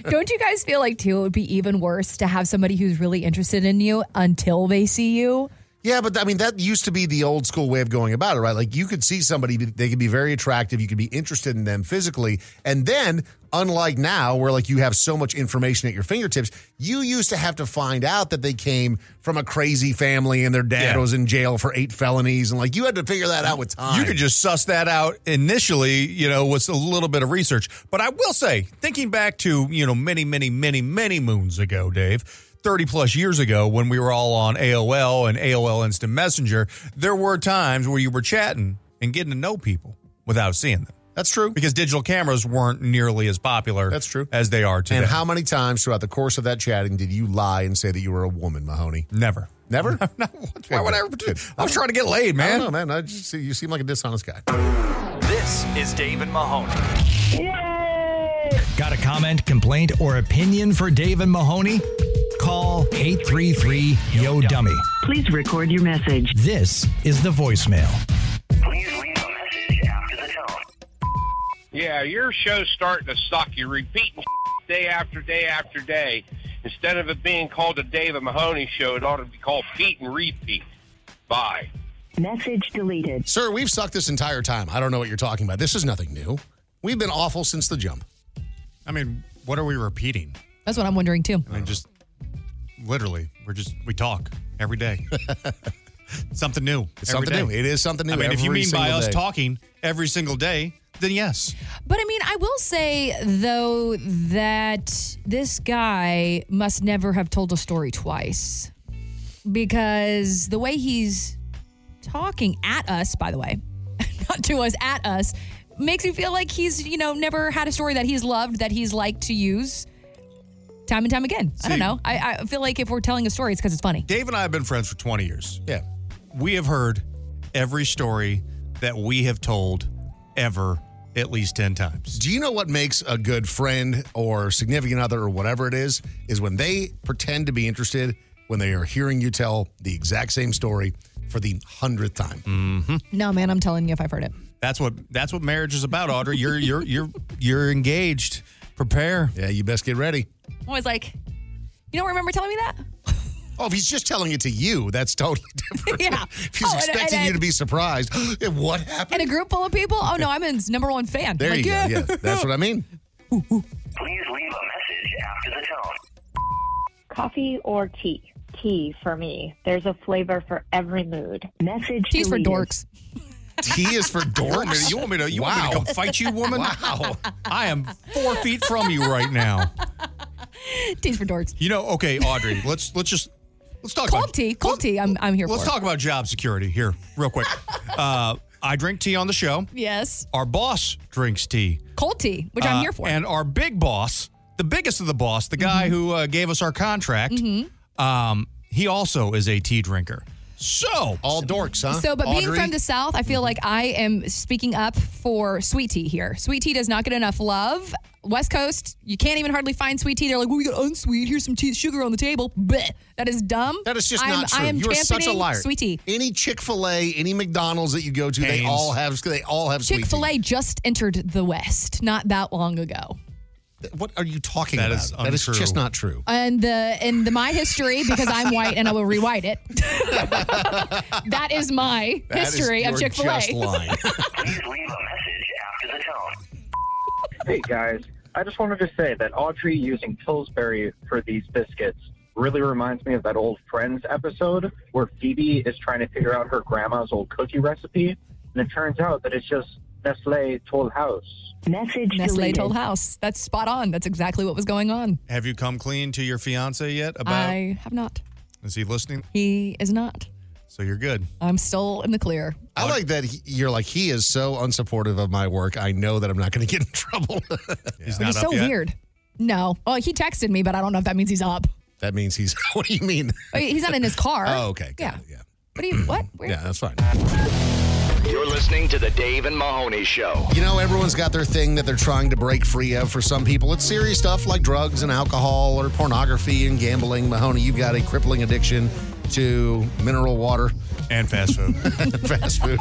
Speaker 5: Don't you guys feel like too it would be even worse to have somebody who's really interested in you until they see you?
Speaker 1: Yeah, but I mean that used to be the old school way of going about it, right? Like you could see somebody, they could be very attractive, you could be interested in them physically, and then unlike now where like you have so much information at your fingertips, you used to have to find out that they came from a crazy family and their dad
Speaker 4: Yeah.
Speaker 1: was in jail for eight felonies, and like you had to figure that out with time.
Speaker 4: You could just suss that out initially, you know, with a little bit of research. But I will say, thinking back to, you know, many, many, many, many moons ago, Dave, 30 plus years ago when we were all on AOL and AOL Instant Messenger, there were times where you were chatting and getting to know people without seeing them.
Speaker 1: That's true.
Speaker 4: Because digital cameras weren't nearly as popular That's true. as they are today.
Speaker 1: and how many times throughout the course of that chatting did you lie and say that you were a woman, Mahoney?
Speaker 4: Never.
Speaker 1: Never?
Speaker 4: Why would I ever do I was trying to get laid, man.
Speaker 1: I don't know, man. I just, you seem like a dishonest guy.
Speaker 2: This is Dave and Mahoney. Got a comment, complaint, or opinion for Dave and Mahoney? Call 833 Yo Dummy.
Speaker 6: Please record your message.
Speaker 2: This is the voicemail.
Speaker 15: Yeah, your show's starting to suck. You're repeating day after day after day. Instead of it being called the Dave and Mahoney Show, it ought to be called Pete and Repeat. Bye.
Speaker 1: Message deleted. Sir, we've sucked this entire time. I don't know what you're talking about. This is nothing new. We've been awful since the jump.
Speaker 4: I mean, what are we repeating?
Speaker 5: That's what I'm wondering too.
Speaker 4: I mean, just literally, we're just we talk every day. something new.
Speaker 1: It's
Speaker 4: every
Speaker 1: something
Speaker 4: day.
Speaker 1: new. It is something new
Speaker 4: I mean, if you
Speaker 1: every
Speaker 4: mean by
Speaker 1: single
Speaker 4: us
Speaker 1: day.
Speaker 4: talking every single day, then yes.
Speaker 5: But I mean, I will say though that this guy must never have told a story twice because the way he's talking at us, by the way, not to us, at us, makes me feel like he's, you know, never had a story that he's loved that he's liked to use time and time again. I don't
Speaker 4: See-
Speaker 5: know. I, I feel like if we're telling a story, it's because it's funny.
Speaker 4: Dave and I have been friends for 20 years.
Speaker 1: Yeah.
Speaker 4: We have heard every story that we have told ever at least 10 times.
Speaker 1: Do you know what makes a good friend or significant other or whatever it is? Is when they pretend to be interested when they are hearing you tell the exact same story for the hundredth time.
Speaker 4: Mm.
Speaker 1: Mm-hmm.
Speaker 5: No, man, I'm telling you if I've heard it.
Speaker 4: That's what that's what marriage is about, Audrey. You're you're you're you're engaged. Prepare.
Speaker 1: Yeah, you best get ready.
Speaker 5: I'm always like, you don't remember telling me that?
Speaker 1: Oh, if he's just telling it to you, that's totally different.
Speaker 5: Yeah.
Speaker 1: if he's
Speaker 5: Oh, and-
Speaker 1: expecting
Speaker 5: and-
Speaker 1: you to be surprised, what happened?
Speaker 5: In a group full of people? Oh no, I'm his number one fan.
Speaker 1: There
Speaker 5: Like,
Speaker 1: you
Speaker 5: yeah.
Speaker 1: go. Yeah, that's what I mean.
Speaker 7: Please leave a message after the tone.
Speaker 16: Coffee or tea? Tea for me. There's a flavor for every mood. Message
Speaker 5: Tea's for
Speaker 16: deleted.
Speaker 5: dorks.
Speaker 1: Tea is for dorks.
Speaker 4: You want me to, you want me to, you want me to
Speaker 1: Wow.
Speaker 4: come fight you, woman?
Speaker 1: Wow.
Speaker 4: I am four feet from you right now.
Speaker 5: Tea's for dorks.
Speaker 4: You know, okay, Audrey, let's let's just let's talk
Speaker 5: Cold
Speaker 4: about
Speaker 5: tea. Cold tea. I'm, I'm here
Speaker 4: let's
Speaker 5: for.
Speaker 4: talk about job security here, real quick. Uh, I drink tea on the show.
Speaker 5: Yes.
Speaker 4: Our boss drinks tea.
Speaker 5: Cold tea, which
Speaker 4: Uh,
Speaker 5: I'm here for. Mm-hmm.
Speaker 4: And our big boss, the biggest of the boss, the guy who uh, gave us our contract,
Speaker 5: Mhm.
Speaker 4: um, he also is a tea drinker. So
Speaker 1: all dorks, huh?
Speaker 5: So, but being from the South, I feel
Speaker 1: Mm-hmm.
Speaker 5: like I am speaking up for sweet tea here. Sweet tea does not get enough love. West Coast, you can't even hardly find sweet tea. They're like, well, we got unsweet. Here's some tea, sugar on the table. Bleh. That is dumb.
Speaker 1: That is just
Speaker 5: I'm-
Speaker 1: not true.
Speaker 5: I am
Speaker 1: you are such a
Speaker 5: championing
Speaker 1: liar.
Speaker 5: Sweet tea.
Speaker 1: Any Chick Fil A, any McDonald's that you go to, they
Speaker 4: Haynes.
Speaker 1: all have they all have
Speaker 5: Chick
Speaker 1: sweet
Speaker 5: fil A just entered the West not that long ago.
Speaker 1: tea. What are you talking
Speaker 4: That
Speaker 1: about?
Speaker 4: is
Speaker 1: that is
Speaker 4: untrue.
Speaker 1: just not true.
Speaker 5: and the and the my history because I'm white and I will rewrite it. that is my
Speaker 1: That is-
Speaker 5: history of
Speaker 1: you're
Speaker 5: Chick Fil
Speaker 1: just lying.
Speaker 5: A.
Speaker 7: Please leave a message after the tone.
Speaker 17: Hey guys, I just wanted to say that Audrey using Pillsbury for these biscuits really reminds me of that old Friends episode where Phoebe is trying to figure out her grandma's old cookie recipe, and it turns out that it's just Nestle Toll House.
Speaker 5: Message Nestle told house. That's spot on. That's exactly what was going on.
Speaker 4: Have you come clean to your fiance yet? About
Speaker 5: I have not.
Speaker 4: is he listening?
Speaker 5: He is not.
Speaker 4: So you're good.
Speaker 5: I'm still in the clear.
Speaker 1: I like that he, you're like he is so unsupportive of my work. I know that I'm not going to get in trouble.
Speaker 4: He's
Speaker 5: Which is so weird. No. Well, he texted me, but I don't know if that means he's up.
Speaker 1: That means he's. What do you mean?
Speaker 5: Oh, He's not in his car.
Speaker 1: Oh, okay.
Speaker 5: Yeah. Yeah. What do you what? Where?
Speaker 1: Yeah, that's fine.
Speaker 2: You're listening to the Dave and Mahoney Show.
Speaker 1: You know, everyone's got their thing that they're trying to break free of. For some people, it's serious stuff like drugs and alcohol or pornography and gambling. Mahoney, you've got a crippling addiction to mineral water
Speaker 4: and fast food.
Speaker 1: fast food.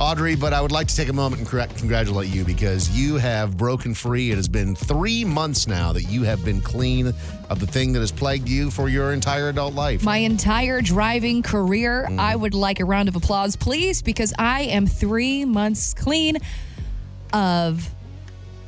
Speaker 1: Audrey, but I would like to take a moment and correct, congratulate you because you have broken free. It has been three months now that you have been clean of the thing that has plagued you for your entire adult life.
Speaker 5: My entire driving career, I would like a round of applause, please, because I am three months clean of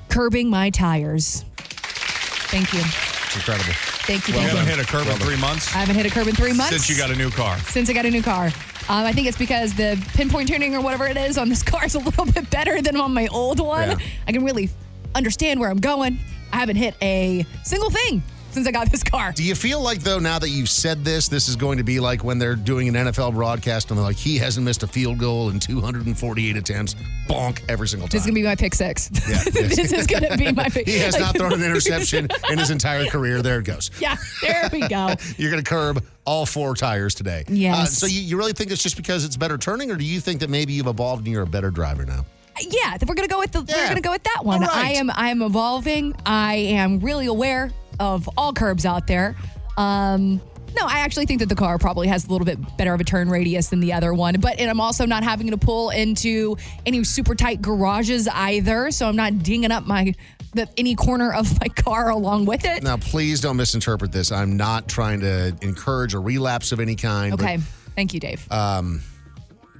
Speaker 5: curbing my tires. Thank you.
Speaker 1: It's incredible.
Speaker 5: Thank you.
Speaker 4: You
Speaker 5: thank
Speaker 4: haven't
Speaker 5: you.
Speaker 4: hit a curb in three months.
Speaker 5: I haven't hit a curb in three months.
Speaker 4: Since you got a new car.
Speaker 5: Since I got a new car. Um, I think it's because the pinpoint tuning or whatever it is on this car is a little bit better than on my old one.
Speaker 4: Yeah.
Speaker 5: I can really understand where I'm going. I haven't hit a single thing since I got this car.
Speaker 1: Do you feel like though now that you've said this, this is going to be like when they're doing an NFL broadcast and they're like, he hasn't missed a field goal in 248 attempts, bonk every single
Speaker 5: This is
Speaker 1: time.
Speaker 5: gonna be my pick six.
Speaker 1: Yeah.
Speaker 5: this is gonna be my pick.
Speaker 1: he has not
Speaker 5: like-
Speaker 1: thrown an interception in his entire career. There it goes.
Speaker 5: Yeah, there we go.
Speaker 1: You're going to curb all four tires today.
Speaker 5: Yes.
Speaker 1: Uh, so you, you really think it's just because it's better turning, or do you think that maybe you've evolved and you're a better driver now?
Speaker 5: Yeah, th- we're gonna go with the. We're
Speaker 1: Yeah.
Speaker 5: gonna go with that one.
Speaker 1: All right.
Speaker 5: I am. I am evolving. I am really aware of all curbs out there. Um, No, I actually think that the car probably has a little bit better of a turn radius than the other one. But and I'm also not having to pull into any super tight garages either, so I'm not dinging up my the, any corner of my car along with it.
Speaker 1: Now, please don't misinterpret this. I'm not trying to encourage a relapse of any kind. but,
Speaker 5: Okay, thank you, Dave.
Speaker 1: um,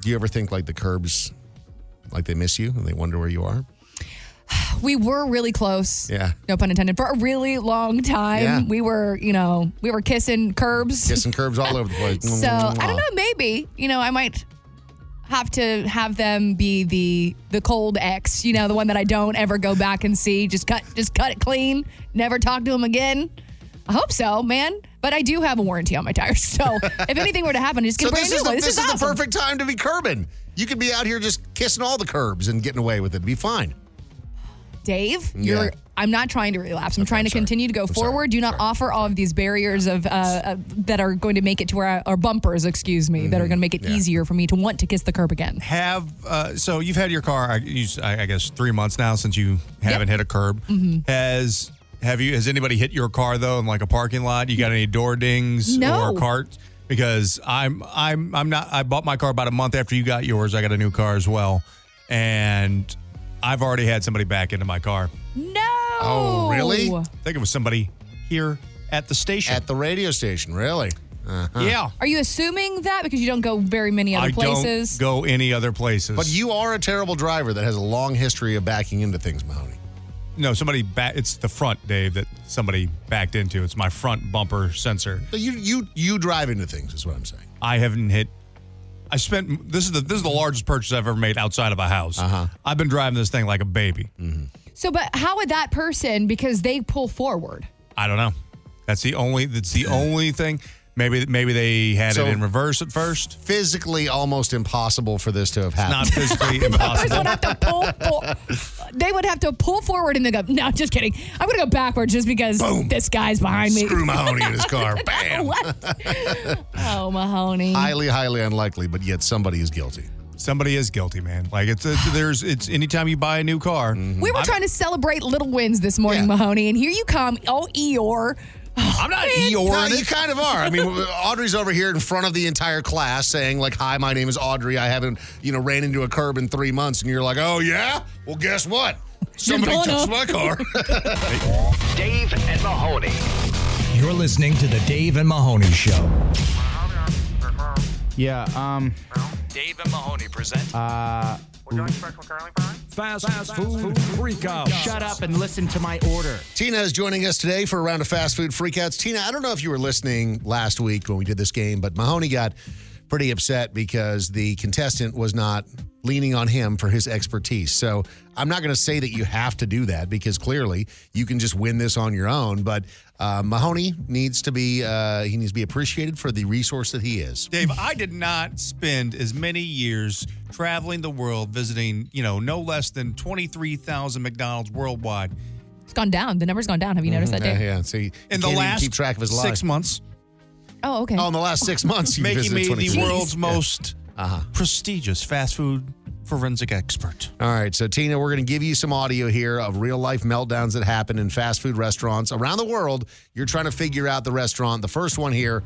Speaker 1: do you ever think like the curbs, like they miss you and they wonder where you are?
Speaker 5: We were really close.
Speaker 1: Yeah.
Speaker 5: No pun intended. For a really long time,
Speaker 1: Yeah.
Speaker 5: we were, you know, we were kissing curbs.
Speaker 1: Kissing curbs all over the place.
Speaker 5: So I don't know. Maybe you know I might have to have them be the the cold ex. You know, the one that I don't ever go back and see. Just cut, just cut it clean. Never talk to him again. I hope so, man. But I do have a warranty on my tires, so if anything were to happen, I just get
Speaker 1: So
Speaker 5: a brand
Speaker 1: this
Speaker 5: new
Speaker 1: is, the,
Speaker 5: one.
Speaker 1: this
Speaker 5: is,
Speaker 1: is the
Speaker 5: awesome.
Speaker 1: perfect time to be curbing. You could be out here just kissing all the curbs and getting away with it. Be fine.
Speaker 5: Dave,
Speaker 1: Yeah.
Speaker 5: you're. I'm not trying to relapse. I'm trying to continue to go forward. Do not offer all of these barriers of uh, uh, that are going to make it to where I, or bumpers, excuse me, that are going to make it easier for me to want to kiss the curb again.
Speaker 4: Have uh, so you've had your car, I, you, I I guess, three months now since you haven't hit a curb.
Speaker 5: Mhm.
Speaker 4: Has have you? Has anybody hit your car though in like a parking lot? You got any door dings
Speaker 5: No.
Speaker 4: or carts? Because I'm I'm I'm not. I bought my car about a month after you got yours. I got a new car as well, and I've already had somebody back into my car.
Speaker 5: No.
Speaker 4: Oh, really? I think it was somebody here at the station. At
Speaker 1: the radio station, really? Uh-huh.
Speaker 4: Yeah.
Speaker 5: Are you assuming that because you don't go very many other
Speaker 4: I
Speaker 5: places?
Speaker 4: don't go any other places.
Speaker 1: But you are a terrible driver that has a long history of backing into things, Mahoney.
Speaker 4: No, somebody back. It's the front, Dave, that somebody backed into. It's my front bumper sensor.
Speaker 1: But you you you drive into things is what I'm saying.
Speaker 4: I haven't hit. I spent this is the this is the largest purchase I've ever made outside of a house. Uh-huh. I've been driving this thing like a baby.
Speaker 5: So, but how would that person because they pull forward?
Speaker 4: I don't know. That's the only. That's the only thing. Maybe maybe they had
Speaker 1: So-
Speaker 4: it in reverse at first.
Speaker 1: Physically, almost impossible for this to have happened.
Speaker 4: Not physically
Speaker 5: They
Speaker 4: impossible.
Speaker 5: would have to pull, pull- They would have to pull forward and then go. No, just kidding. I'm gonna go backwards just because this guy's behind me.
Speaker 1: Screw Mahoney in his car. Bam.
Speaker 5: what? Oh, Mahoney.
Speaker 1: highly, highly unlikely, but yet somebody is guilty.
Speaker 4: Somebody is guilty, man. Like it's, it's there's it's anytime you buy a new car.
Speaker 5: we were
Speaker 4: I'm-
Speaker 5: trying to celebrate little wins this morning, Mahoney, and here you come. Oh, Eeyore. Oh,
Speaker 4: I'm not
Speaker 1: No,
Speaker 4: Eeyore.
Speaker 1: you kind of are. I mean, Audrey's over here in front of the entire class saying, like, hi, my name is Audrey. I haven't, you know, ran into a curb in three months. And you're like, oh, yeah? Well, guess what? Somebody
Speaker 2: gonna."
Speaker 1: touched my car.
Speaker 2: Dave and Mahoney. You're listening to the Dave and Mahoney Show.
Speaker 18: Yeah. Um.
Speaker 2: Dave and Mahoney present.
Speaker 18: Uh.
Speaker 2: Fast, food, freak out.
Speaker 18: Shut up and listen to my order.
Speaker 1: Tina is joining us today for a round of fast food freakouts. Tina, I don't know if you were listening last week when we did this game, but Mahoney got pretty upset because the contestant was not leaning on him for his expertise. So I'm not going to say that you have to do that because clearly you can just win this on your own. But uh, Mahoney needs to be uh, he needs to be appreciated for the resource that he is.
Speaker 4: Dave, I did not spend as many years traveling the world, visiting, you know, no less than 23,000 McDonald's worldwide.
Speaker 5: It's gone down. The number's gone down. Have you noticed that,
Speaker 1: Mm-hmm. Yeah,
Speaker 5: Dave?
Speaker 1: Uh, yeah. See, you
Speaker 4: In
Speaker 1: can't
Speaker 4: the
Speaker 1: even
Speaker 4: last
Speaker 1: keep track of his
Speaker 4: six
Speaker 1: life.
Speaker 4: months,
Speaker 5: Oh, okay.
Speaker 1: Oh, in the last six months, you
Speaker 4: making
Speaker 1: visited
Speaker 4: me the
Speaker 1: 23.
Speaker 4: world's
Speaker 1: Yeah. Uh-huh.
Speaker 4: most prestigious fast food forensic expert.
Speaker 1: All right, so Tina, we're going to give you some audio here of real life meltdowns that happen in fast food restaurants around the world. You're trying to figure out the restaurant. The first one here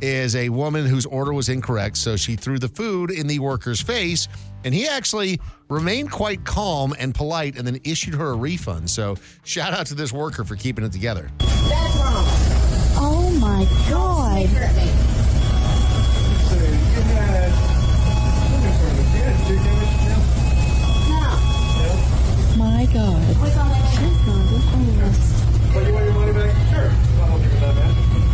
Speaker 1: is a woman whose order was incorrect, so she threw the food in the worker's face, and he actually remained quite calm and polite and then issued her a refund. So, shout out to this worker for keeping it together.
Speaker 12: Oh my god. My god.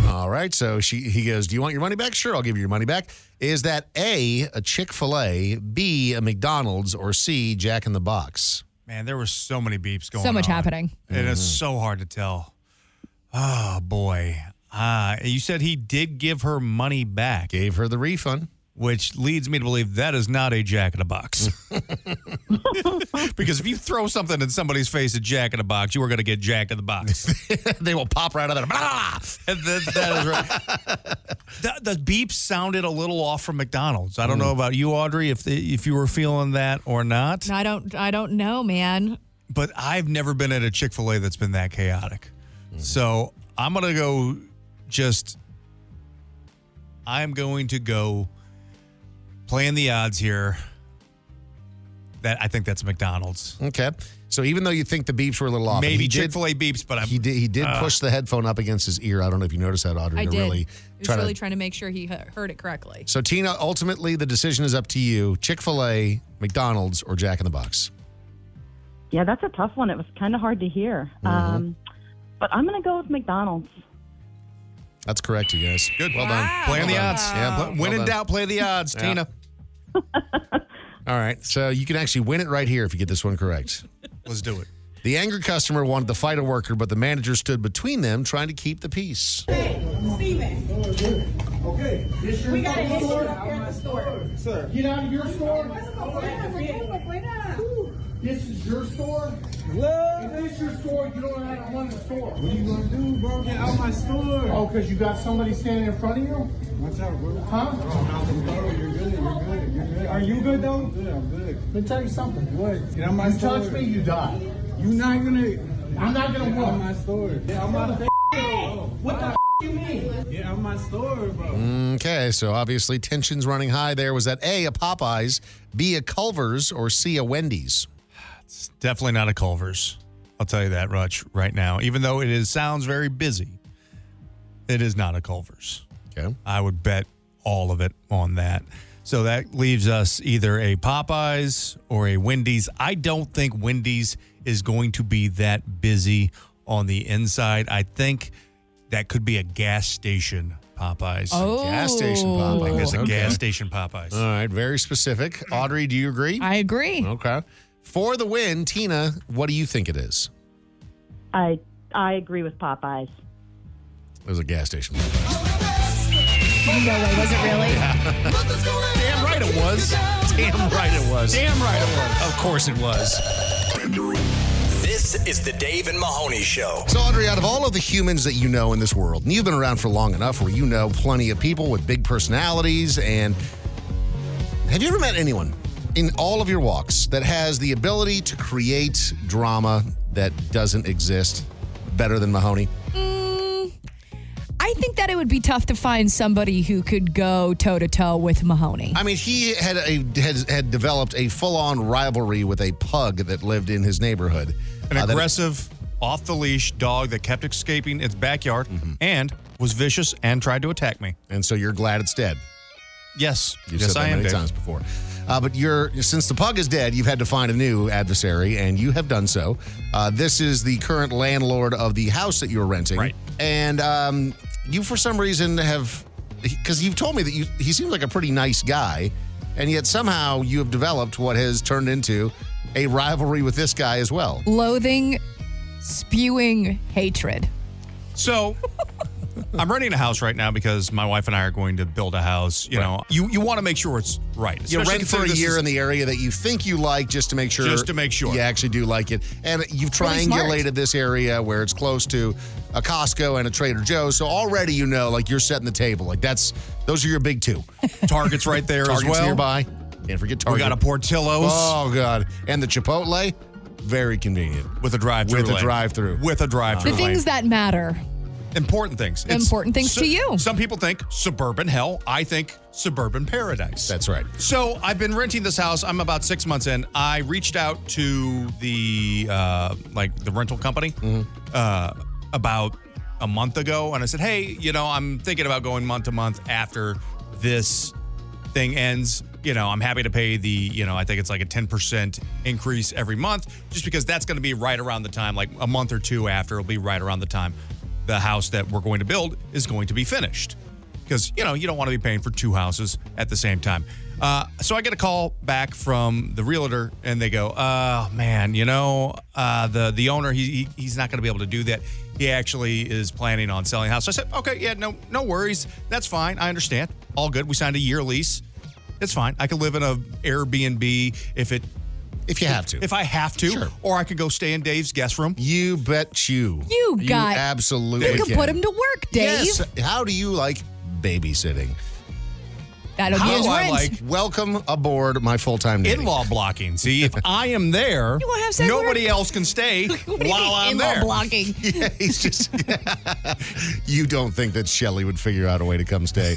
Speaker 1: All right, so she he goes, "Do you want your money back? Sure, I'll give you your money back." Is that A, a Chick-fil-A, B, a McDonald's, or C, Jack in the Box?
Speaker 4: Man, there were so many beeps going on.
Speaker 5: so much happening.
Speaker 4: And it's
Speaker 1: Mm-hmm.
Speaker 4: so hard to tell. Oh, boy. Uh, you said he did give her money back.
Speaker 1: Gave her the refund.
Speaker 4: Which leads me to believe that is not a jack in a box. because if you throw something in somebody's face, a jack in a box, you are going to get jack in the box.
Speaker 1: they will pop right out
Speaker 4: there.
Speaker 1: of
Speaker 4: that, that is right. That- the beep sounded a little off from McDonald's. I don't
Speaker 1: Mm.
Speaker 4: know about you, Audrey, if if you were feeling that or not.
Speaker 5: I don't. I don't know, man.
Speaker 4: But I've never been at a Chick fil A
Speaker 1: Mm-hmm.
Speaker 4: that's been that chaotic. So I'm going to go just I'm going to go playing the odds here. That I think that's McDonald's.
Speaker 1: Okay. So even though you think the beeps were a little off,
Speaker 4: Maybe
Speaker 1: Oh, he did-
Speaker 4: Chick Fil A beeps, but I'm,
Speaker 1: He did. He did
Speaker 4: uh,
Speaker 1: push the headphone up against his ear. I don't know if you noticed that, Audrey.
Speaker 5: I
Speaker 1: to
Speaker 5: did.
Speaker 1: Really
Speaker 5: was
Speaker 1: try
Speaker 5: really
Speaker 1: to.
Speaker 5: trying to make sure he he- heard it correctly.
Speaker 1: So Tina, ultimately the decision is up to you. Chick Fil A, McDonald's, or Jack in the Box.
Speaker 19: Yeah, that's a tough one. It was kind of hard to hear. Um, but I'm going to go with McDonald's.
Speaker 1: That's correct, you guys. Good. Well done.
Speaker 4: Playing the
Speaker 1: Well done.
Speaker 4: odds.
Speaker 1: Yeah.
Speaker 4: Pl- when in doubt, play the odds, Tina.
Speaker 1: All right. So you can actually win it right here if you get this one correct.
Speaker 4: Let's do it.
Speaker 1: The angry customer wanted to fight a worker, but the manager stood between them, trying to keep the peace.
Speaker 11: Steven. Okay.
Speaker 12: We got an issue up here at the store.
Speaker 11: Sir. Get out of your store. This is your store? What? If this is your store, you don't know how to run the store. What are you gonna do, bro? Get out my store. Oh, because you got somebody standing in front of you? What's up, bro? Huh? Oh, you're good, you're good, you're good. Are you good, though? I'm good, I'm good. Let me tell you something. What? Get out my you store. touch me, you die. You're not gonna... I'm not gonna walk. my store. Get out my What the f- you mean? Get out my store, bro.
Speaker 1: Okay, so obviously tensions running high there. Was that A, a Popeyes, B, a Culver's, or C, a Wendy's?
Speaker 4: Definitely not a Culver's. I'll tell you that, Rutch, right now. Even though it is sounds very busy, it is not a Culver's.
Speaker 1: Okay.
Speaker 4: I would bet all of it on that. So that leaves us either a Popeyes or a Wendy's. I don't think Wendy's is going to be that busy on the inside. I think that could be a gas station Popeyes.
Speaker 5: Oh. Gas station Popeyes,
Speaker 4: I think it's a gas
Speaker 1: okay.
Speaker 4: station Popeyes.
Speaker 1: All right, very specific. Audrey, do you agree?
Speaker 5: I agree.
Speaker 1: Okay. For the win, Tina, what do you think it is?
Speaker 19: I I agree with Popeyes.
Speaker 1: It was a gas station.
Speaker 5: No way, was it really?
Speaker 4: Damn right it was.
Speaker 1: Damn right it was.
Speaker 4: Damn right it was.
Speaker 1: Of course it was.
Speaker 2: This is the Dave and Mahoney Show.
Speaker 1: So, Audrey, out of all of the humans that you know in this world, and you've been around for long enough where you know plenty of people with big personalities, and have you ever met anyone in all of your walks that has the ability to create drama that doesn't exist better than Mahoney?
Speaker 5: I think that it would be tough to find somebody who could go toe to toe with Mahoney.
Speaker 1: I mean, he had a had, had developed a full on rivalry with a pug that lived in his neighborhood.
Speaker 4: An
Speaker 1: Uh, that-
Speaker 4: aggressive, off the leash dog that kept escaping its backyard
Speaker 1: Mm-hmm.
Speaker 4: and was vicious and tried to attack me.
Speaker 1: and so you're glad it's dead.
Speaker 4: Yes.
Speaker 1: You've
Speaker 4: yes,
Speaker 1: said that
Speaker 4: I am.
Speaker 1: many
Speaker 4: Dave.
Speaker 1: times before. Uh, but you're since the pug is dead, you've had to find a new adversary, and you have done so. Uh, this is the current landlord of the house that you're renting, right? And um, you, for some reason, have because you've told me that you he seems like a pretty nice guy, and yet somehow you have developed what has turned into a rivalry with this guy as well.
Speaker 5: Loathing, spewing hatred.
Speaker 4: So I'm renting a house right now because my wife and I are going to build a house. You know, you, you want to make sure it's right.
Speaker 1: you
Speaker 4: especially
Speaker 1: rent for a
Speaker 4: considering this
Speaker 1: year
Speaker 4: is-
Speaker 1: in the area that you think you like just to make sure
Speaker 4: Just to make sure.
Speaker 1: you actually do like it and you've
Speaker 4: Really smart.
Speaker 1: triangulated this area where it's close to a costco and a trader joe's so already you know like you're setting the table like that's those are your big two
Speaker 4: targets right there as
Speaker 1: targets
Speaker 4: well.
Speaker 1: nearby can't forget
Speaker 4: We
Speaker 1: target
Speaker 4: got a Portillo's.
Speaker 1: oh god and the chipotle very convenient
Speaker 4: with a drive
Speaker 1: with a drive through
Speaker 4: with a drive
Speaker 5: The
Speaker 4: through
Speaker 5: things that matter.
Speaker 4: important things
Speaker 5: Important things to you.
Speaker 4: some people think suburban hell i think suburban paradise
Speaker 1: that's right
Speaker 4: so i've been renting this house i'm about six months in i reached out to the uh like the rental company uh about a month ago and i said hey you know i'm thinking about going month to month after this thing ends, you know, I'm happy to pay the, you know, I think it's like a 10% increase every month just because that's going to be right around the time, like a month or two after, it'll be right around the time the house that we're going to build is going to be finished. Because, you know, you don't want to be paying for two houses at the same time. Uh, so I get a call back from the realtor and they go, oh, man, you know, uh, the, the owner, he, he, he's not going to be able to do that. He actually is planning on selling the house. So I said, okay, yeah, no, no worries. That's fine. I understand. All good. We signed a year lease. It's fine. I could live in a Airbnb if it
Speaker 1: if you have to.
Speaker 4: If I have to, or I could go stay in Dave's guest room.
Speaker 1: You bet you.
Speaker 5: You got-
Speaker 1: absolutely
Speaker 5: You could
Speaker 1: can.
Speaker 5: put him to work, Dave.
Speaker 1: Yes. how do you like babysitting
Speaker 5: That'll be
Speaker 1: How
Speaker 5: his
Speaker 1: do Oh, I
Speaker 5: rent.
Speaker 1: like- welcome aboard my full-time dating.
Speaker 4: In-law blocking. See, if I am there,
Speaker 5: You wanna have sex with her?
Speaker 4: nobody else can stay
Speaker 5: What do you
Speaker 4: while
Speaker 5: mean,
Speaker 4: I'm
Speaker 5: in-law
Speaker 4: there.
Speaker 5: blocking.
Speaker 1: Yeah, he's just. you don't think that Shelly would figure out a way to come stay.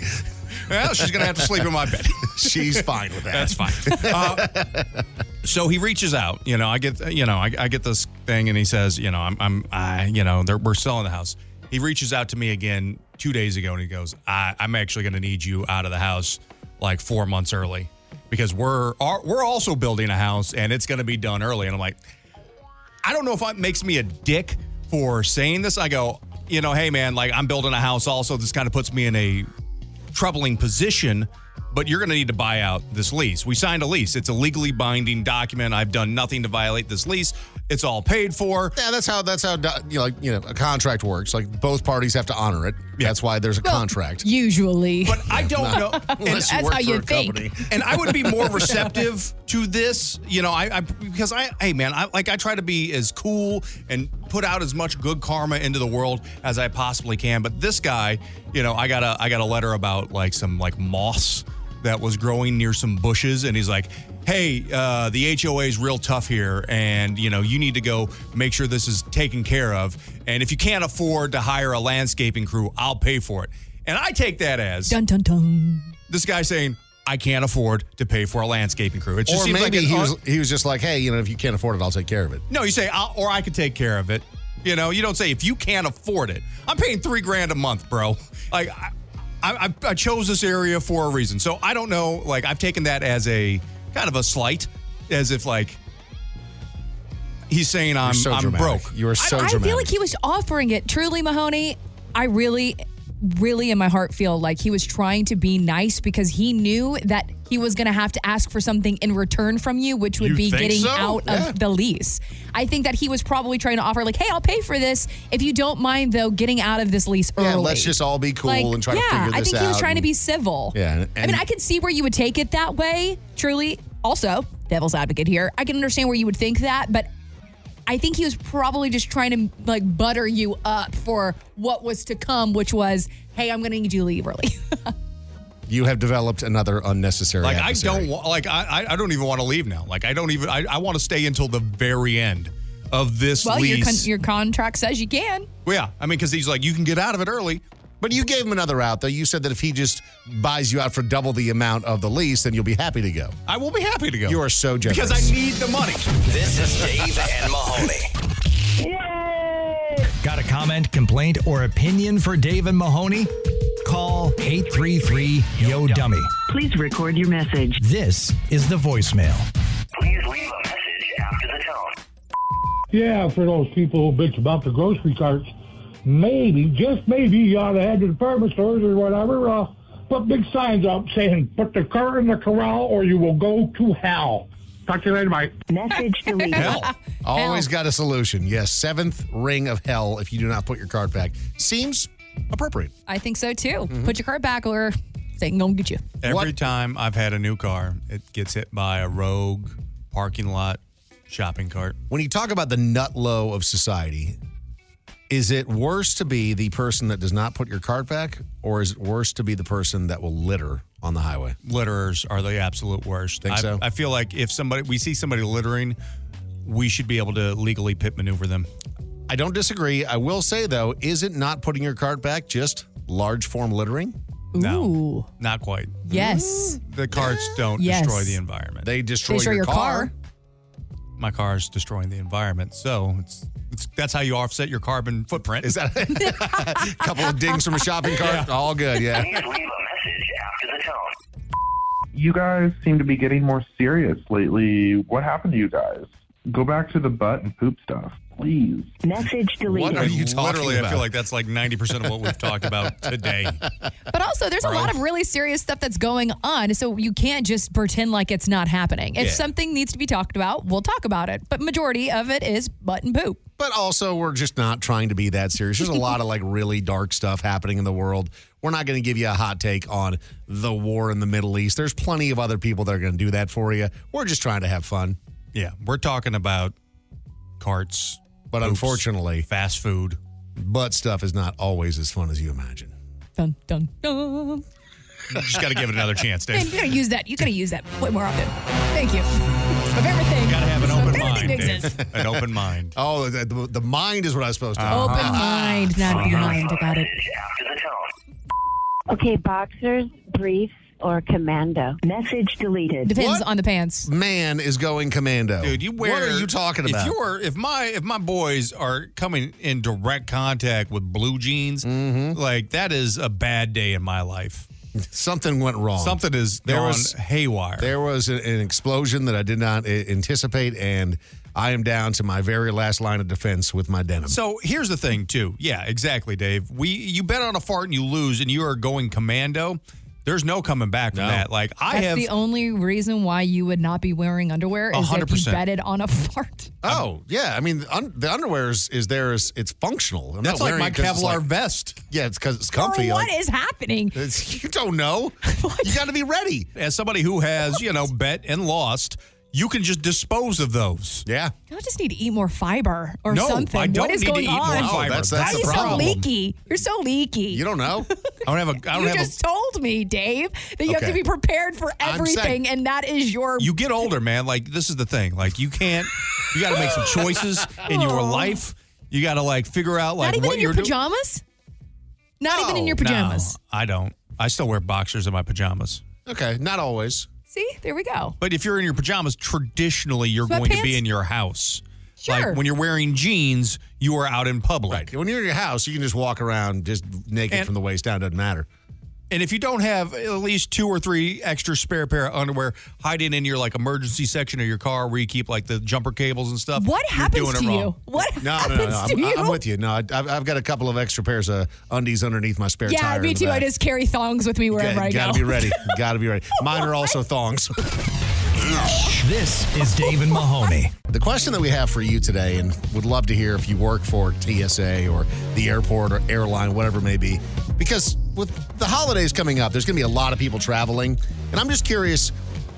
Speaker 4: Well, she's going to have to sleep in my bed.
Speaker 1: she's fine with that.
Speaker 4: That's fine. Uh, so he reaches out. You know, I get you know I, I get this thing, and he says, you know, I'm I'm I you know they're, we're selling the house. He reaches out to me again two days ago, and he goes, I, I'm actually going to need you out of the house like four months early because we're are, we're also building a house, and it's going to be done early. And I'm like, I don't know if it makes me a dick for saying this. I go, you know, hey man, like I'm building a house. Also, this kind of puts me in a troubling position, but you're going to need to buy out this lease. We signed a lease. It's a legally binding document. I've done nothing to violate this lease. It's all paid for.
Speaker 1: Yeah, that's how that's how you know, like you know a contract works. Like both parties have to honor it. That's why there's a contract.
Speaker 5: Usually.
Speaker 4: But I don't know.
Speaker 1: Unless you
Speaker 5: that's
Speaker 1: work
Speaker 5: how
Speaker 1: for
Speaker 5: you
Speaker 1: a
Speaker 5: think.
Speaker 1: company.
Speaker 4: and I would be more receptive to this, you know, I, I because I, hey man, I like I try to be as cool and put out as much good karma into the world as I possibly can. But this guy, you know, I got a I got a letter about like some like moss that was growing near some bushes, and he's like, hey, uh, the HOA is real tough here, and you know, you need to go make sure this is taken care of. And if you can't afford to hire a landscaping crew, I'll pay for it. And I take that as
Speaker 5: Dun dun dun.
Speaker 4: this guy saying I can't afford to pay for a landscaping crew. It just
Speaker 1: Or
Speaker 4: seems
Speaker 1: maybe
Speaker 4: like an
Speaker 1: he
Speaker 4: un-
Speaker 1: was he was just like, hey, you know, if you can't afford it, I'll take care of it.
Speaker 4: no. You say I'll, or I could take care of it. You know, you don't say if you can't afford it. I'm paying three grand a month, bro. Like I, I, I chose this area for a reason. So I don't know. Like I've taken that as a kind of a slight, as if like he's saying I'm
Speaker 1: so
Speaker 4: I'm
Speaker 1: dramatic.
Speaker 4: broke.
Speaker 1: You are so
Speaker 5: I
Speaker 1: dramatic.
Speaker 5: feel like he was offering it. Truly, Mahoney, I really, really in my heart feel like he was trying to be nice because he knew that he was going to have to ask for something in return from you, which would
Speaker 4: You
Speaker 5: be
Speaker 4: think
Speaker 5: getting
Speaker 4: so?
Speaker 5: out
Speaker 4: Yeah.
Speaker 5: of the lease. I think that he was probably trying to offer, like, hey, I'll pay for this if you don't mind, though, getting out of this lease early.
Speaker 1: yeah, let's just all be cool
Speaker 5: Like,
Speaker 1: and try
Speaker 5: yeah,
Speaker 1: to figure this out.
Speaker 5: I think he was trying to
Speaker 1: and-
Speaker 5: be civil.
Speaker 1: Yeah, and-
Speaker 5: I mean,
Speaker 1: and-
Speaker 5: I could see where you would take it that way, truly. Also, devil's advocate here. I can understand where you would think that, but I think he was probably just trying to like butter you up for what was to come, which was, hey, I'm going to need you to leave early.
Speaker 1: You have developed another unnecessary.
Speaker 4: Like
Speaker 1: adversary.
Speaker 4: I don't want. Like I I- I don't even want to leave now. Like I don't even. I, I want to stay until the very end of this
Speaker 5: well, your,
Speaker 4: lease.
Speaker 5: con- your contract says you can.
Speaker 4: Well, yeah, I mean, because he's like, you can get out of it early.
Speaker 1: But you gave him another out, though. You said that if he just buys you out for double the amount of the lease, then you'll be happy to go.
Speaker 4: I will be happy to go.
Speaker 1: You are so generous.
Speaker 4: because I need the money.
Speaker 2: This is Dave and Mahoney.
Speaker 20: Got a comment, complaint, or opinion for Dave and Mahoney? Call 833 Yo Dummy.
Speaker 6: Please record your message.
Speaker 20: This is the voicemail.
Speaker 7: Please leave a message after the tone.
Speaker 21: Yeah, for those people who bitch about the grocery carts, maybe, just maybe, you ought to head to department stores or whatever, uh, put big signs up saying, put the cart in the corral or you will go to hell. Talk to you later, Mike. Message deleted.
Speaker 1: Hell. Always got a solution. Yes, seventh ring of hell if you do not put your card back. Seems appropriate.
Speaker 5: I think so too.
Speaker 1: Mm-hmm.
Speaker 5: Put your card back or Satan going to get you.
Speaker 4: Every time I've had a new car, it gets hit by a rogue parking lot shopping cart.
Speaker 1: When you talk about the nut low of society, is it worse to be the person that does not put your card back, or is it worse to be the person that will litter on the highway?
Speaker 4: Litterers are the absolute worst.
Speaker 1: Think
Speaker 4: I,
Speaker 1: so?
Speaker 4: I feel like if somebody we see somebody littering, we should be able to legally pit maneuver them.
Speaker 1: I don't disagree. I will say though, isn't not putting your card back just large form littering?
Speaker 4: No, not quite.
Speaker 1: Mm-hmm.
Speaker 5: Yes.
Speaker 4: The carts don't
Speaker 5: Yes.
Speaker 4: destroy the environment.
Speaker 1: They
Speaker 5: destroy Destroy your your car. car.
Speaker 4: My car is destroying the environment, so it's, it's that's how you offset your carbon footprint.
Speaker 1: Is that a couple of dings from a shopping cart? All good, yeah.
Speaker 22: You guys seem to be getting more serious lately. What happened to you guys? Go back to the butt and poop stuff, please.
Speaker 6: Message
Speaker 4: What are you talking Literally, I feel like that's like 90% of what we've talked about today.
Speaker 5: But also, there's a lot of really serious stuff that's going on. So you can't just pretend like it's not happening. If
Speaker 1: Yeah.
Speaker 5: something needs to be talked about, we'll talk about it. But majority of it is butt and poop.
Speaker 1: But also, we're just not trying to be that serious. There's a lot of like really dark stuff happening in the world. We're not going to give you a hot take on the war in the Middle East. There's plenty of other people that are going to do that for you. We're just trying to have fun.
Speaker 4: Yeah, we're talking about carts,
Speaker 1: but unfortunately,
Speaker 4: fast food,
Speaker 1: butt stuff is not always as fun as you imagine.
Speaker 5: Dun dun dun.
Speaker 4: You just got to give it another chance,
Speaker 5: Man,
Speaker 4: Dave.
Speaker 5: you gotta use that. You gotta use that way more often. Thank you. Of everything. Gotta
Speaker 4: have an open
Speaker 5: everything
Speaker 4: mind,
Speaker 5: makes
Speaker 4: Dave.
Speaker 5: sense.
Speaker 4: An open mind.
Speaker 1: Oh, the, the, the mind is what I was supposed to.
Speaker 4: Uh-huh.
Speaker 5: Open mind, not
Speaker 1: Uh-huh.
Speaker 5: blind. I got it.
Speaker 16: Okay, boxers,
Speaker 23: briefs or commando. Message deleted.
Speaker 5: Depends on the pants.
Speaker 1: Man is going commando.
Speaker 4: Dude, you wear.
Speaker 1: What are you talking about?
Speaker 4: If you're, if my, if my boys are coming in direct contact with blue jeans, like that is a bad day in my life.
Speaker 1: Something went wrong.
Speaker 4: Something is
Speaker 1: There
Speaker 4: there gone
Speaker 1: was-
Speaker 4: haywire.
Speaker 1: There was a- an explosion that I did not a- anticipate, and I am down to my very last line of defense with my denim.
Speaker 4: So here's the thing, too. Yeah, exactly, Dave. We you bet on a fart and you lose, and you are going commando. There's no coming back from that. Like I
Speaker 5: That's
Speaker 4: have.
Speaker 5: the only reason why you would not be wearing underwear is if you
Speaker 1: 100%.
Speaker 5: betted on a fart.
Speaker 1: Oh yeah, I mean the un- the underwear is, is there is it's functional. I'm
Speaker 4: That's
Speaker 1: not
Speaker 4: like
Speaker 1: wearing
Speaker 4: my
Speaker 1: it 'cause it's
Speaker 4: Kevlar vest.
Speaker 1: Yeah, it's because it's
Speaker 5: Or what
Speaker 1: comfy.
Speaker 5: is
Speaker 1: like-
Speaker 5: happening?
Speaker 1: It's- you don't know. You got to be ready.
Speaker 4: As somebody who has you know bet and lost, you can just dispose of those.
Speaker 1: Yeah.
Speaker 5: I just need to eat more fiber or
Speaker 4: No,
Speaker 5: something.
Speaker 4: I don't
Speaker 5: what is
Speaker 4: need to
Speaker 5: going
Speaker 4: eat more
Speaker 5: on?
Speaker 4: fiber. No, that's- that's
Speaker 5: Why
Speaker 4: the
Speaker 5: are
Speaker 4: problem.
Speaker 5: you so leaky? You're so leaky. You
Speaker 1: don't know.
Speaker 4: I don't have a. I don't
Speaker 5: You
Speaker 4: have
Speaker 5: just told me, Dave, that you have to
Speaker 4: Okay.
Speaker 5: be prepared for
Speaker 4: I'm saying-
Speaker 5: everything, and that is your.
Speaker 4: a. You get older, man. Like this is the thing. Like you can't. You got to make some choices in your
Speaker 5: Aw.
Speaker 4: life. You got to like figure out like
Speaker 5: Oh. not even
Speaker 4: what
Speaker 5: in your
Speaker 4: you're doing.
Speaker 5: pajamas. Not even in your pajamas.
Speaker 4: No, I don't. I still wear boxers in my pajamas.
Speaker 1: Okay, not always.
Speaker 5: See, there we go.
Speaker 4: But if you're in your pajamas, traditionally you're going to
Speaker 5: Sweatpants?
Speaker 4: be in your house.
Speaker 5: Sure.
Speaker 4: Like when you're wearing jeans, you are out in public.
Speaker 1: When you're in your house, you can just walk around just naked
Speaker 4: And-
Speaker 1: from the waist down. Doesn't matter.
Speaker 4: And if you don't have at least two or three extra spare pair of underwear hiding in your like emergency section of your car where you keep like the jumper cables and stuff,
Speaker 5: What
Speaker 4: you're
Speaker 5: happens
Speaker 4: doing it
Speaker 5: to you?
Speaker 4: wrong.
Speaker 5: What
Speaker 1: No, no,
Speaker 5: happens
Speaker 1: no, no. I'm,
Speaker 5: to you?
Speaker 1: I'm with you. No, I- I've, I've got a couple of extra pairs of undies underneath my spare
Speaker 5: yeah,
Speaker 1: tire.
Speaker 5: me
Speaker 1: in the
Speaker 5: too. I
Speaker 1: back.
Speaker 5: just carry thongs with me wherever I
Speaker 1: Got-
Speaker 5: go.
Speaker 1: Gotta be ready. Gotta be ready. Mine are also thongs.
Speaker 20: This is Dave and Mahoney.
Speaker 1: The question that we have for you today, and would love to hear if you work for TSA or the airport or airline, whatever it may be, because with the holidays coming up, there's going to be a lot of people traveling. And I'm just curious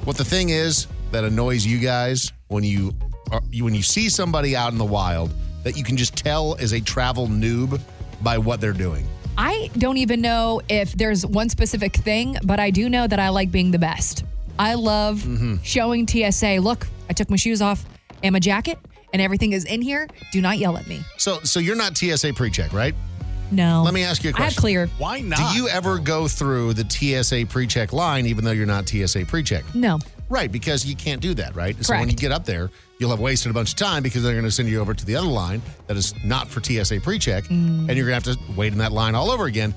Speaker 1: what the thing is that annoys you guys when you, are, you when you see somebody out in the wild that you can just tell is a travel noob by what they're doing.
Speaker 5: I don't even know if there's one specific thing, but I do know that I like being the best. I love
Speaker 1: Mm-hmm.
Speaker 5: showing TSA, look, I took my shoes off and my jacket, and everything is in here. Do not yell at me.
Speaker 1: So, so you're not TSA pre-check, right?
Speaker 5: No.
Speaker 1: Let me ask you a
Speaker 5: I have
Speaker 1: question.
Speaker 5: clear.
Speaker 4: Why
Speaker 1: Do you ever go through the TSA pre-check line, even though you're not TSA pre-check?
Speaker 5: No.
Speaker 1: Right, because you can't do that, right? So when
Speaker 5: Correct.
Speaker 1: you get up there, you'll have wasted a bunch of time because they're going to send you over to the other line that is not for TSA pre-check, and you're going to have to wait in that line all over again.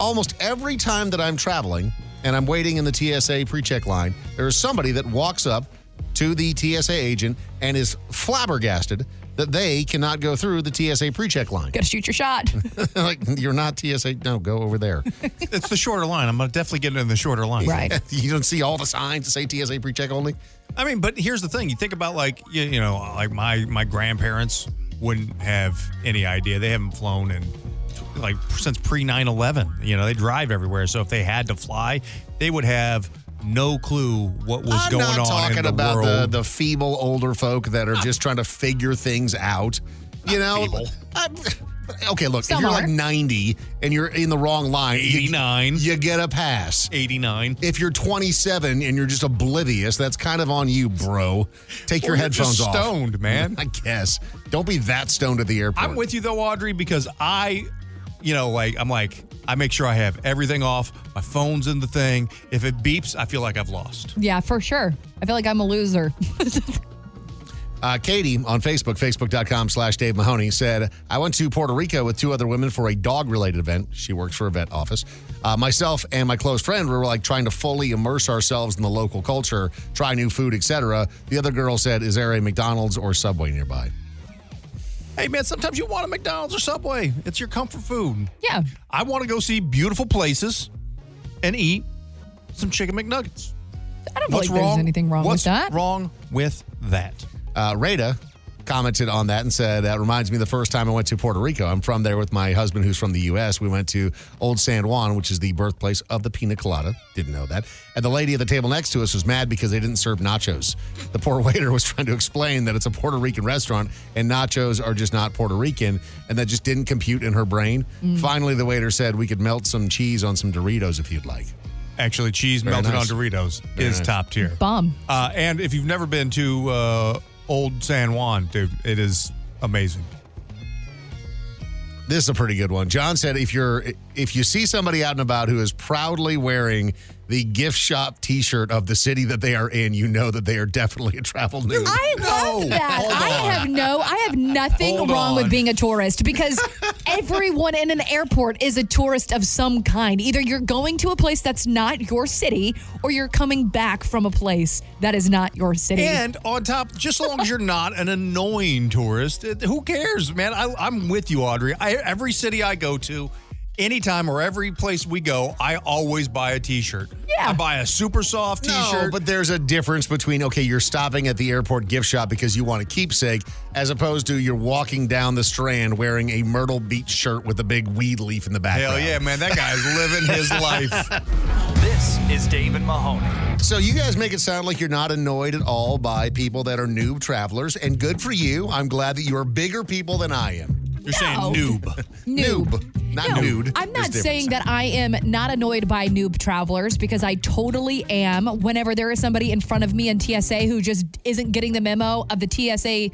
Speaker 1: Almost every time that I'm traveling and I'm waiting in the TSA pre-check line, there is somebody that walks up to the TSA agent and is flabbergasted that they cannot go through the TSA pre-check line.
Speaker 5: Gotta shoot your shot.
Speaker 1: like you're not TSA. No, go over there.
Speaker 4: it's the shorter line. I'm gonna definitely getting in the shorter line.
Speaker 1: you don't see all the signs that say TSA pre-check only.
Speaker 4: I mean, but here's the thing. You think about like you, you know, like my my grandparents wouldn't have any idea. They haven't flown in like since pre 9/11. You know, they drive everywhere. So if they had to fly, they would have no clue what was
Speaker 1: I'm
Speaker 4: going
Speaker 1: not
Speaker 4: on
Speaker 1: talking
Speaker 4: in the
Speaker 1: about
Speaker 4: world.
Speaker 1: the the feeble older folk that are just trying to figure things out. You know, I'm- okay, look,
Speaker 4: Some
Speaker 1: if you're
Speaker 4: are.
Speaker 1: like 90 and you're in the wrong line,
Speaker 4: 89,
Speaker 1: you, get a pass.
Speaker 4: 89.
Speaker 1: If you're 27 and you're just oblivious, that's kind of on you, bro. Take
Speaker 4: Or
Speaker 1: your
Speaker 4: you're
Speaker 1: headphones
Speaker 4: just
Speaker 1: off.
Speaker 4: stoned, man.
Speaker 1: I guess. Don't be that stoned at the airport.
Speaker 4: I'm with you though, Audrey, because I, you know, like I'm like I make sure I have everything off. My phone's in the thing. If it beeps, I feel like I've lost.
Speaker 5: yeah, for sure. I feel like I'm a loser.
Speaker 1: Uh, Katie on Facebook, facebook.com slash Dave Mahoney, said, I went to Puerto Rico with two other women for a dog related event. She works for a vet office. Uh, myself and my close friend were like trying to fully immerse ourselves in the local culture, try new food, etc. The other girl said, Is there a McDonald's or Subway nearby?
Speaker 4: Hey man, sometimes you want a McDonald's or Subway. It's your comfort food.
Speaker 5: Yeah.
Speaker 4: I want to go see beautiful places and eat some chicken McNuggets.
Speaker 5: I don't
Speaker 4: What's
Speaker 5: feel like
Speaker 4: wrong?
Speaker 5: there's anything wrong with
Speaker 4: What's
Speaker 5: that.
Speaker 4: wrong with that?
Speaker 1: Uh, Rada commented on that and said, That reminds me of the first time I went to Puerto Rico. I'm from there with my husband who's from the U.S. We went to Old San Juan, which is the birthplace of the pina colada. Didn't know that. And the lady at the table next to us was mad because they didn't serve nachos. The poor waiter was trying to explain that it's a Puerto Rican restaurant and nachos are just not Puerto Rican. And that just didn't compute in her brain.
Speaker 4: Mm.
Speaker 1: Finally, the waiter said, We could melt some cheese on some Doritos if you'd like.
Speaker 4: Actually, cheese
Speaker 1: Very
Speaker 4: melted
Speaker 1: nice.
Speaker 4: on Doritos
Speaker 1: Very
Speaker 4: is
Speaker 1: nice.
Speaker 4: top tier.
Speaker 5: Bum.
Speaker 4: Uh, and if you've never been to uh, Old San Juan, dude, it is amazing.
Speaker 1: This is a pretty good one. John said, "If you're if you see somebody out and about who is proudly wearing the gift shop T-shirt of the city that they are in, you know that they are definitely a travel nude."
Speaker 5: I love that. I have no, I have nothing
Speaker 1: Hold
Speaker 5: wrong
Speaker 1: on.
Speaker 5: with being a tourist because everyone in an airport is a tourist of some kind. Either you're going to a place that's not your city or you're coming back from a place that is not your city.
Speaker 4: And on top, just as long as you're not an annoying tourist, it- who cares, man? I, I'm with you, Audrey. I, every city I go to, anytime or every place we go, I always buy a T-shirt. Yeah, I buy a super soft T-shirt.
Speaker 1: No, but there's a difference between okay, you're stopping at the airport gift shop because you want a keepsake, as opposed to you're walking down the Strand wearing a Myrtle Beach shirt with a big weed leaf in the background.
Speaker 4: Hell yeah, man! That guy's living his life.
Speaker 2: This is David Mahoney.
Speaker 1: So you guys make it sound like you're not annoyed at all by people that are noob travelers, and good for you. I'm glad that you are bigger people than I am. You're
Speaker 5: saying No. noob.
Speaker 1: noob, not
Speaker 5: No,
Speaker 1: nude.
Speaker 5: I'm
Speaker 1: There's
Speaker 5: not
Speaker 1: difference.
Speaker 5: saying that I am not annoyed by noob travelers because I totally am. Whenever there is somebody in front of me in TSA who just isn't getting the memo of the TSA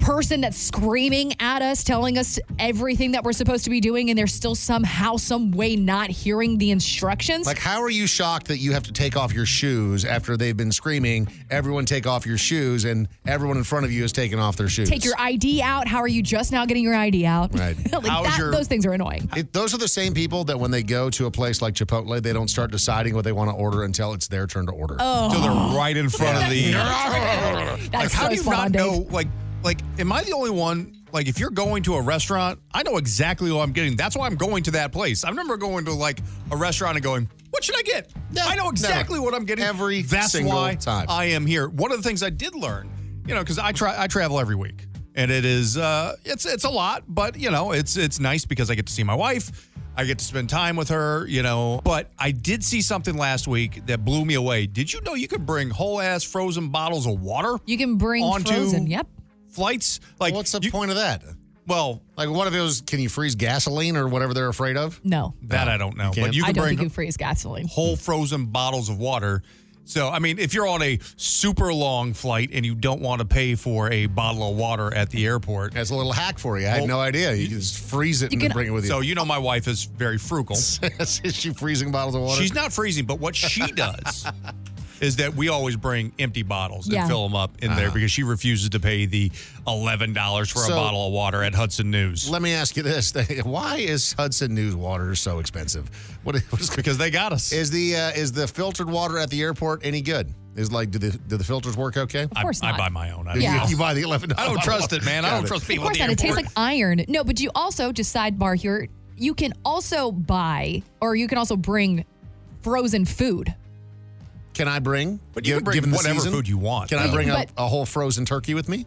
Speaker 5: person that's screaming at us, telling us everything that we're supposed to be doing, and they're still somehow, some way not hearing the instructions.
Speaker 1: Like, how are you shocked that you have to take off your shoes after they've been screaming, everyone take off your shoes, and everyone in front of you has taken off their shoes?
Speaker 5: Take your ID out. How are you just now getting your ID out?
Speaker 1: Right.
Speaker 5: like
Speaker 1: How's
Speaker 5: that,
Speaker 1: your-
Speaker 5: those things are annoying.
Speaker 1: It, those are the same people that when they go to a place like Chipotle, they don't start deciding what they want to order until it's their turn to order.
Speaker 5: Oh.
Speaker 4: Until they're right in front of the. like,
Speaker 5: That's
Speaker 4: how
Speaker 5: so
Speaker 4: do you
Speaker 5: spot
Speaker 4: not
Speaker 5: on, Dave.
Speaker 4: know? Like, like, am I the only one? Like, if you're going to a restaurant, I know exactly what I'm getting. That's why I'm going to that place. I remember going to like a restaurant and going, "What should I get?" I know exactly what I'm getting.
Speaker 1: Every
Speaker 4: That's
Speaker 1: single
Speaker 4: why
Speaker 1: time.
Speaker 4: I am here. One of the things I did learn, you know, because I try, I travel every week, and it is, uh, it's, it's a lot, but you know, it's, it's nice because I get to see my wife, I get to spend time with her, you know. But I did see something last week that blew me away. Did you know you could bring whole ass frozen bottles of water?
Speaker 5: You can bring
Speaker 4: onto
Speaker 5: frozen. Yep.
Speaker 4: flights. Like,
Speaker 1: what's the point of that?
Speaker 4: Well,
Speaker 1: like, what if it was? Can you freeze gasoline or whatever they're afraid of?
Speaker 5: No.
Speaker 4: That I don't know, but
Speaker 1: You can't?
Speaker 4: you
Speaker 5: I
Speaker 4: can
Speaker 5: don't
Speaker 4: bring
Speaker 5: think you freeze gasoline.
Speaker 4: whole frozen bottles of water. So, I mean, if you're on a super long flight and you don't want to pay for a bottle of water at the airport,
Speaker 1: that's a little hack for you. I had no idea. You can just freeze it
Speaker 4: You
Speaker 1: and
Speaker 4: can-
Speaker 1: bring it with you.
Speaker 4: So, you know, my wife is very frugal.
Speaker 1: is she freezing bottles of water?
Speaker 4: She's not freezing, but what she does is that we always bring empty bottles
Speaker 1: Yeah.
Speaker 4: and fill them up in there because she refuses to pay the $11 for
Speaker 1: Uh-huh. So-
Speaker 4: a bottle of water at Hudson News.
Speaker 1: Let me ask you this: Why is Hudson News water so expensive? What, what's,
Speaker 4: because they got us.
Speaker 1: Is the uh, is the filtered water at the airport any good? Is like, do the do the filters work okay? Of
Speaker 5: course I- I not. buy
Speaker 4: my own.
Speaker 5: don't know.
Speaker 1: You, you buy the eleven.
Speaker 4: I don't trust it, man. I don't trust
Speaker 5: Of course not. It tastes like iron. No, but you also just sidebar here. You can also buy, or you can also bring frozen food.
Speaker 1: Can I bring?
Speaker 4: But you can bring
Speaker 1: given the
Speaker 4: whatever
Speaker 1: season?
Speaker 4: food you want.
Speaker 1: Can I
Speaker 4: Yeah.
Speaker 1: bring a,
Speaker 5: But-
Speaker 1: a whole frozen turkey with me?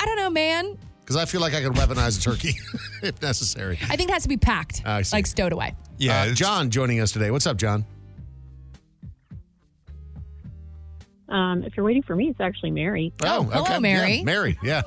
Speaker 5: I don't know, man.
Speaker 1: Because I feel like I could weaponize a turkey if necessary.
Speaker 5: I think it has to be packed,
Speaker 1: Ah, I see.
Speaker 5: like stowed away.
Speaker 4: Yeah,
Speaker 1: uh, John joining us today. What's up, John?
Speaker 3: Um, if you're waiting for me, it's actually Mary.
Speaker 1: Oh, Yeah, Mary, yeah.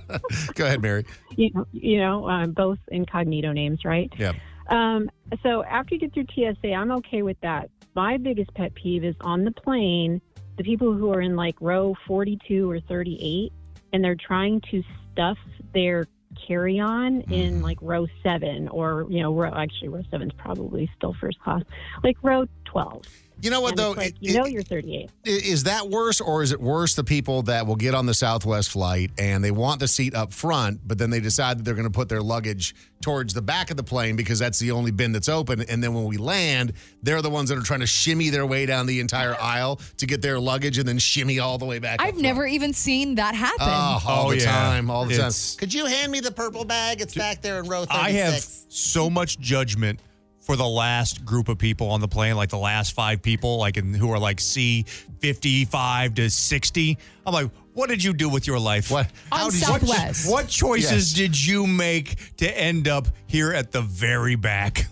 Speaker 1: Go ahead, Mary.
Speaker 3: You know, you know um, both incognito names, right?
Speaker 1: Yeah.
Speaker 3: Um, so after you get through TSA, I'm okay with that. My biggest pet peeve is on the plane, the people who are in like row 42 or 38, and they're trying to stuff their carry on
Speaker 1: Mm-hmm.
Speaker 3: in like row seven or, you know, row, actually, row seven's probably still first class, like row 12.
Speaker 1: You know what,
Speaker 3: And it's
Speaker 1: though?
Speaker 3: Like,
Speaker 1: It-
Speaker 3: you know, you're 38.
Speaker 1: I- Is that worse, or is it worse the people that will get on the Southwest flight and they want the seat up front, but then they decide that they're going to put their luggage towards the back of the plane because that's the only bin that's open? And then when we land, they're the ones that are trying to shimmy their way down the entire aisle to get their luggage and then shimmy all the way back.
Speaker 5: I've never even seen that happen.
Speaker 1: Oh, all
Speaker 4: Oh,
Speaker 1: the
Speaker 4: yeah.
Speaker 1: time, all the
Speaker 4: It's-
Speaker 1: time. Could you hand me the purple bag? It's back there in row 36.
Speaker 4: I have so much judgment for the last group of people on the plane, like the last five people, like in, who are like C fifty-five to sixty. I'm like, what did you do with your life? What?
Speaker 5: On how did you-
Speaker 4: what,
Speaker 5: Southwest.
Speaker 4: what choices did you make to end up here at the very back?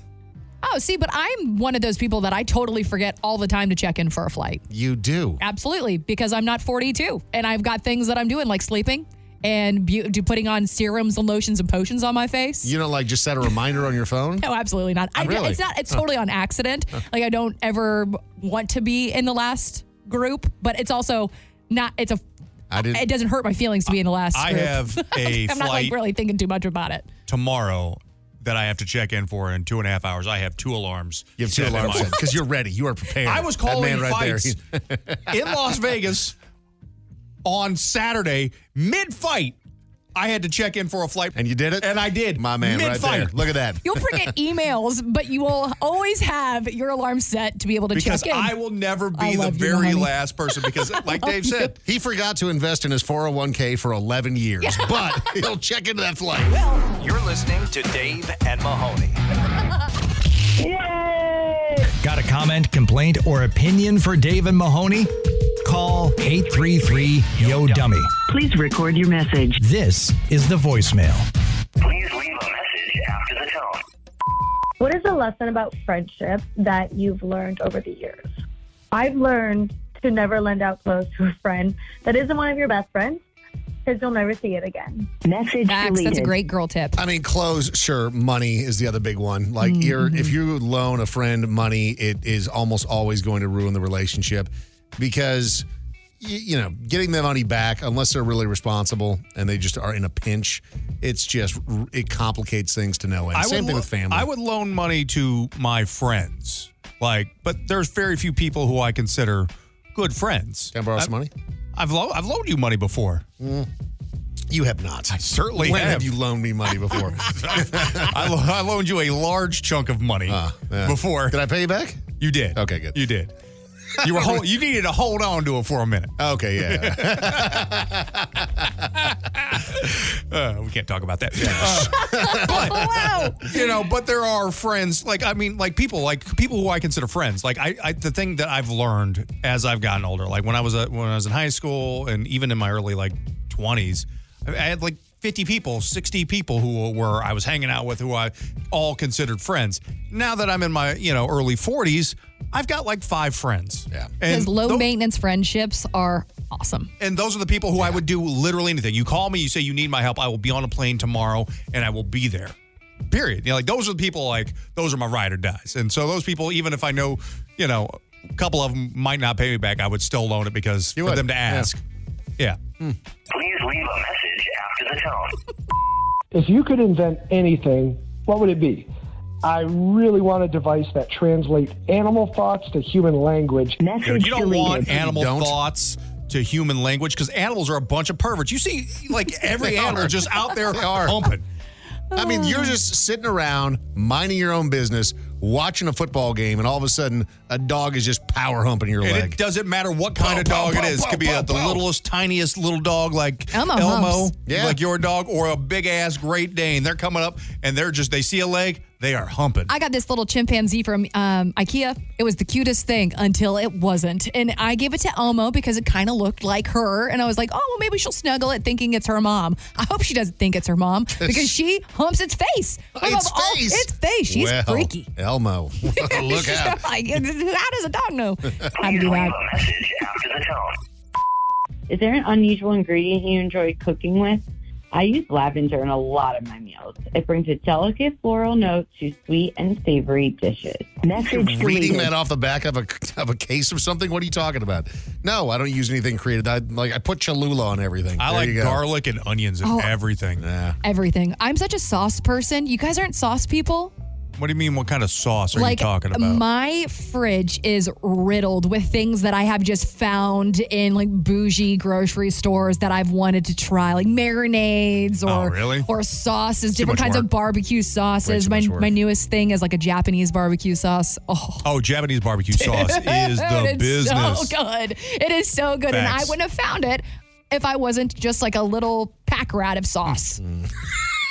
Speaker 5: Oh, see, but I'm one of those people that I totally forget all the time to check in for a flight.
Speaker 1: You do.
Speaker 5: Absolutely, because I'm not 42 and I've got things that I'm doing, like sleeping and be- do- putting on serums and lotions and potions on my face.
Speaker 1: You don't like just set a reminder on your phone?
Speaker 5: No, absolutely not.
Speaker 1: Oh,
Speaker 5: I do-
Speaker 1: really?
Speaker 5: it's not. It's
Speaker 1: Huh.
Speaker 5: totally on accident. Like I don't ever want to be in the last group, but it's also not. It's a.
Speaker 1: I didn't-
Speaker 5: It doesn't hurt my feelings to be in the last.
Speaker 4: I
Speaker 5: group.
Speaker 4: have a
Speaker 5: I'm not like
Speaker 4: flight-
Speaker 5: really thinking too much about it.
Speaker 4: tomorrow that I have to check in for in two and a half hours. I have two alarms.
Speaker 1: You have two
Speaker 4: set in
Speaker 1: alarms
Speaker 4: mind.
Speaker 1: because you're ready. You are prepared.
Speaker 4: I was
Speaker 1: That
Speaker 4: calling
Speaker 1: man right
Speaker 4: fights in Las Vegas on Saturday mid fight. I had to check in for a flight,
Speaker 1: and you did it.
Speaker 4: and I did.
Speaker 1: My man, right
Speaker 4: Mid-fight.
Speaker 1: there. Look at that.
Speaker 5: You'll forget emails, but you will always have your alarm set to be able to
Speaker 4: Because
Speaker 5: check in.
Speaker 4: I will never
Speaker 5: I
Speaker 4: be the
Speaker 5: love you,
Speaker 4: very
Speaker 5: honey.
Speaker 4: last person. Because, like Dave said,
Speaker 1: he forgot to invest in his 401k for 11 years, but he'll check into that flight.
Speaker 2: You're listening to Dave and Mahoney.
Speaker 20: Got a comment, complaint, or opinion for Dave and Mahoney? Call 833 Yo Dummy.
Speaker 6: Please record your message.
Speaker 20: This is the voicemail.
Speaker 7: Please leave a message after the tone.
Speaker 8: What is a lesson about friendship that you've learned over the years? I've learned to never lend out clothes to a friend that isn't one of your best friends because you'll never see it again.
Speaker 23: Message
Speaker 5: Facts, that's a great girl tip.
Speaker 1: I mean, clothes, sure. Money is the other big one. Like,
Speaker 4: Mm-hmm.
Speaker 1: you're, if you loan a friend money, it is almost always going to ruin the relationship because, y- you know, getting the money back, unless they're really responsible and they just are in a pinch, it's just, it complicates things to no end. Same
Speaker 4: would
Speaker 1: thing
Speaker 4: lo-
Speaker 1: with family.
Speaker 4: I would loan money to my friends, like, but there's very few people who I consider good friends. Can
Speaker 1: I borrow some money?
Speaker 4: I've lo- I've loaned you money before.
Speaker 1: You have not. I
Speaker 4: certainly
Speaker 1: when
Speaker 4: have.
Speaker 1: have you loaned me money before?
Speaker 4: I, lo- I loaned you a large chunk of money
Speaker 1: Ah,
Speaker 4: before. Did
Speaker 1: I pay you back?
Speaker 4: You did. Okay,
Speaker 1: good.
Speaker 4: You did. You were hol- you needed to hold on to it for a minute.
Speaker 1: Okay, yeah.
Speaker 4: Uh, we can't talk about that. Uh, but you know, but there are friends. Like I mean, like people, like people who I consider friends. Like I, I, the thing that I've learned as I've gotten older. Like when I was uh, when I was in high school, and even in my early like twenties, I, I had like fifty people, sixty people who were I was hanging out with, who I all considered friends. Now that I'm in my you know early forties, I've got like five friends. Yeah,
Speaker 5: Because low maintenance friendships are awesome.
Speaker 4: and those are the people who I would do literally anything. You call me, you say you need my help, I will be on a plane tomorrow and I will be there. Period. You know, like those are the people like those are my ride or dies. And so those people, even if I know, you know, a couple of them might not pay me back, I would still loan it because for them to ask. Yeah.
Speaker 7: Please leave a message after the tone.
Speaker 9: If you could invent anything, what would it be? I really want a device that translates animal thoughts to human language.
Speaker 4: Dude, you don't want animal thoughts to human language because animals are a bunch of perverts. You see like every
Speaker 1: They
Speaker 4: animal
Speaker 1: are.
Speaker 4: just out there
Speaker 1: They are.
Speaker 4: pumping.
Speaker 1: I mean, you're just sitting around minding your own business, watching a football game, and all of a sudden, a dog is just power humping your
Speaker 4: And
Speaker 1: leg.
Speaker 4: it doesn't matter what kind of dog it is. Could be a, the littlest, tiniest little dog like
Speaker 5: Elmo
Speaker 4: Elmo,
Speaker 5: humps.
Speaker 1: Yeah.
Speaker 4: like your dog, or a big ass Great Dane. They're coming up and they're just they see a leg, they are humping.
Speaker 5: I got this little chimpanzee from um, IKEA. It was the cutest thing until it wasn't. And I gave it to Elmo because it kind of looked like her. And I was like, oh, well, maybe she'll snuggle it thinking it's her mom. I hope she doesn't think it's her mom because she humps its face.
Speaker 1: Its
Speaker 5: Of all-
Speaker 1: face.
Speaker 5: its face. She's
Speaker 1: Well,
Speaker 5: freaky.
Speaker 1: Elmo. Look
Speaker 5: She's
Speaker 1: out.
Speaker 5: like, how does a dog know? How to
Speaker 7: Please
Speaker 5: do that?
Speaker 7: leave a message after the tone.
Speaker 10: Is there an unusual ingredient you enjoy cooking with? I use lavender in a lot of my meals. It brings a delicate floral note to sweet and savory dishes.
Speaker 1: You're reading that off the back of a of a case of something. What are you talking about? No, I don't use anything created. I like I put Cholula on everything.
Speaker 4: I
Speaker 1: There
Speaker 4: like
Speaker 1: you go.
Speaker 4: garlic and onions and
Speaker 5: Oh.
Speaker 4: everything.
Speaker 5: Everything. I'm such a sauce person. You guys aren't sauce people.
Speaker 4: What do you mean? What kind of sauce are
Speaker 5: like
Speaker 4: you talking about?
Speaker 5: my fridge is riddled with things that I have just found in like bougie grocery stores that I've wanted to try, like marinades or
Speaker 4: Oh, really?
Speaker 5: or sauces,
Speaker 4: Too
Speaker 5: different
Speaker 4: much
Speaker 5: kinds of
Speaker 4: work.
Speaker 5: barbecue sauces.
Speaker 4: too
Speaker 5: My
Speaker 4: much work.
Speaker 5: my newest thing is like a Japanese barbecue sauce. Oh.
Speaker 4: oh, Japanese barbecue sauce is the
Speaker 5: Dude, it's
Speaker 4: business.
Speaker 5: so good. It is so good, and I
Speaker 4: Facts.
Speaker 5: wouldn't have found it if I wasn't just like a little pack rat of sauce.
Speaker 4: Mm.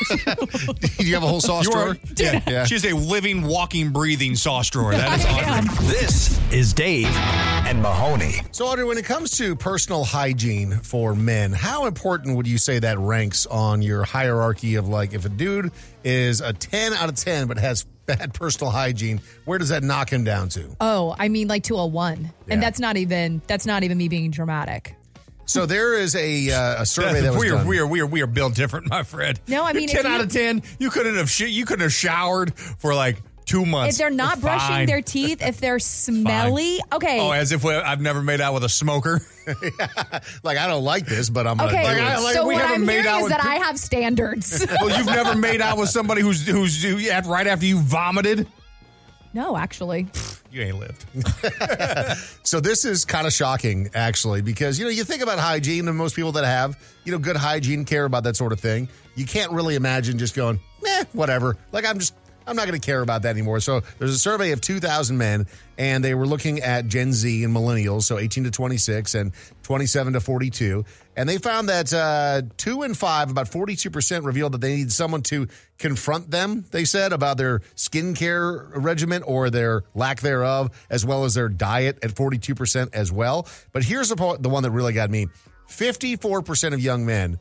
Speaker 1: Do you have a whole sauce
Speaker 4: You are-
Speaker 1: drawer?
Speaker 4: Yeah. She's a living, walking, breathing sauce drawer. That is awesome.
Speaker 2: This is Dave and Mahoney.
Speaker 1: So, Audrey, when it comes to personal hygiene for men, how important would you say that ranks on your hierarchy of like if a dude is a 10 out of 10 but has bad personal hygiene, where does that knock him down to?
Speaker 5: Oh, I mean like to a one, and that's not even that's not even me being dramatic.
Speaker 1: So, there is a, uh, a survey that was
Speaker 4: we are
Speaker 1: done.
Speaker 4: we are we are we are built different, my friend.
Speaker 5: No, I mean, if
Speaker 4: ten out
Speaker 5: you-
Speaker 4: of ten. You couldn't have shit. You couldn't have showered for like two months.
Speaker 5: if they're not brushing
Speaker 4: Fine.
Speaker 5: their teeth, if they're smelly, okay.
Speaker 4: Oh, as if we, I've never made out with a smoker.
Speaker 1: Like I don't like this, but I'm
Speaker 5: okay.
Speaker 1: gonna do it.
Speaker 5: so what I'm hearing is that I have standards.
Speaker 4: well, you've never made out with somebody who's who's who, yeah, right after you vomited.
Speaker 5: no, actually.
Speaker 4: You ain't lived.
Speaker 1: So this is kind of shocking, actually, because you know you think about hygiene, and most people that have you know good hygiene care about that sort of thing. You can't really imagine just going, eh, whatever. Like I'm just, I'm not going to care about that anymore. So there's a survey of 2,000 men, and they were looking at Gen Z and millennials, so 18 to 26 and 27 to 42, and they found that uh, two in five, about 42 percent, revealed that they need someone to confront them. They said about their skincare regimen or their lack thereof, as well as their diet at 42% as well. But here's the, po- the one that really got me 54% of young men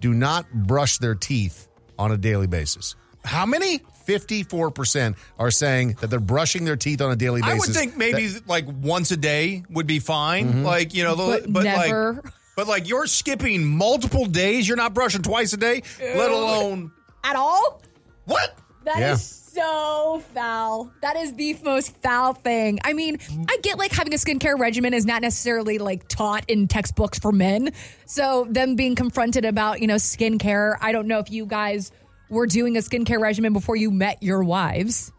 Speaker 1: do not brush their teeth on a daily basis.
Speaker 4: How many?
Speaker 1: 54% are saying that they're brushing their teeth on a daily
Speaker 4: I
Speaker 1: basis.
Speaker 4: would think maybe
Speaker 1: That-
Speaker 4: like once a day would be fine. Like you know, the-
Speaker 5: But
Speaker 4: but,
Speaker 5: never.
Speaker 4: like, but like you're skipping multiple days. You're not brushing twice a day, let alone
Speaker 5: At all?
Speaker 4: What?
Speaker 5: That is
Speaker 4: Yeah.
Speaker 5: so foul. That is the most foul thing. I mean, I get like having a skincare regimen is not necessarily like taught in textbooks for men. So them being confronted about, you know, skincare, I don't know if you guys were doing a skincare regimen before you met your wives.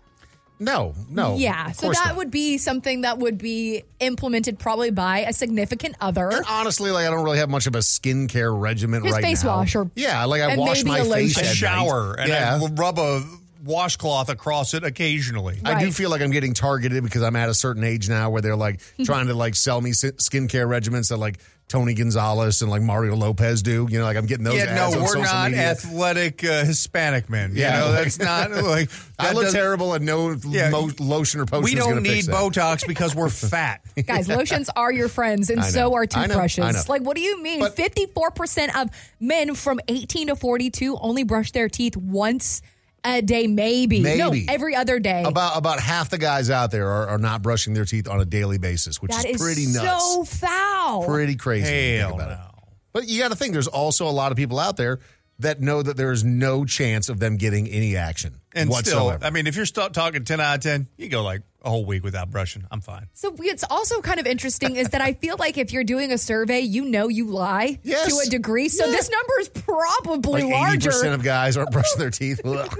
Speaker 1: no, no.
Speaker 5: Yeah.
Speaker 1: of
Speaker 5: So
Speaker 1: course
Speaker 5: that
Speaker 1: not.
Speaker 5: would be something that would be implemented probably by a significant other.
Speaker 1: And honestly, like I don't really have much of a skincare regimen
Speaker 5: Just
Speaker 1: right
Speaker 5: face
Speaker 1: now.
Speaker 5: wash or-
Speaker 1: yeah, like I
Speaker 5: and
Speaker 1: wash
Speaker 5: maybe
Speaker 1: my
Speaker 5: a
Speaker 1: face,
Speaker 5: lotion.
Speaker 1: at
Speaker 4: I
Speaker 1: night.
Speaker 4: shower and
Speaker 1: yeah.
Speaker 4: I rub a washcloth across it occasionally.
Speaker 1: I do feel like I'm getting targeted because I'm at a certain age now where they're like trying to like sell me si- skincare regimens that like Tony Gonzalez and like Mario Lopez do. You know, like I'm getting those.
Speaker 4: yeah,
Speaker 1: ads
Speaker 4: no,
Speaker 1: on
Speaker 4: we're
Speaker 1: social
Speaker 4: not
Speaker 1: media.
Speaker 4: athletic uh, Hispanic men.
Speaker 1: Yeah.
Speaker 4: you know, that's not like
Speaker 1: I
Speaker 4: that
Speaker 1: look
Speaker 4: doesn't-
Speaker 1: terrible and no
Speaker 4: Yeah.
Speaker 1: mo- lotion or potion.
Speaker 4: We
Speaker 1: is
Speaker 4: don't
Speaker 1: gonna
Speaker 4: need
Speaker 1: fix that.
Speaker 4: Botox because we're fat.
Speaker 5: Guys, lotions are your friends, and
Speaker 1: I know.
Speaker 5: so are
Speaker 1: I know. I
Speaker 5: toothbrushes.
Speaker 1: know.
Speaker 5: Like, what do you mean? Fifty-four percent of men from eighteen to forty-two only brush their teeth once a day, maybe. No,
Speaker 1: Maybe.
Speaker 5: every other day.
Speaker 1: About about half the guys out there are, are not brushing their teeth on a daily basis, which
Speaker 5: That
Speaker 1: is
Speaker 5: is
Speaker 1: pretty
Speaker 5: so
Speaker 1: nuts.
Speaker 5: foul.
Speaker 1: pretty crazy. when you think about it. But you got to think there's also a lot of people out there that know that there is no chance of them getting any action
Speaker 4: And
Speaker 1: whatsoever.
Speaker 4: still, I mean, if you're still talking 10 out of 10, you go like a whole week without brushing. I'm fine.
Speaker 5: So it's also kind of interesting is that I feel like if you're doing a survey, you know you lie
Speaker 1: Yes.
Speaker 5: to a degree. So
Speaker 1: Yeah.
Speaker 5: this number is probably
Speaker 1: like
Speaker 5: larger.
Speaker 1: 80% of guys aren't brushing their teeth. Ugh.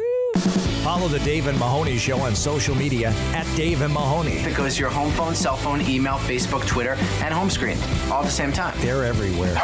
Speaker 20: Follow the Dave and Mahoney Show on social media at Dave and Mahoney.
Speaker 13: That goes to your home phone, cell phone, email, Facebook, Twitter, and home screen all at the same time.
Speaker 20: They're everywhere.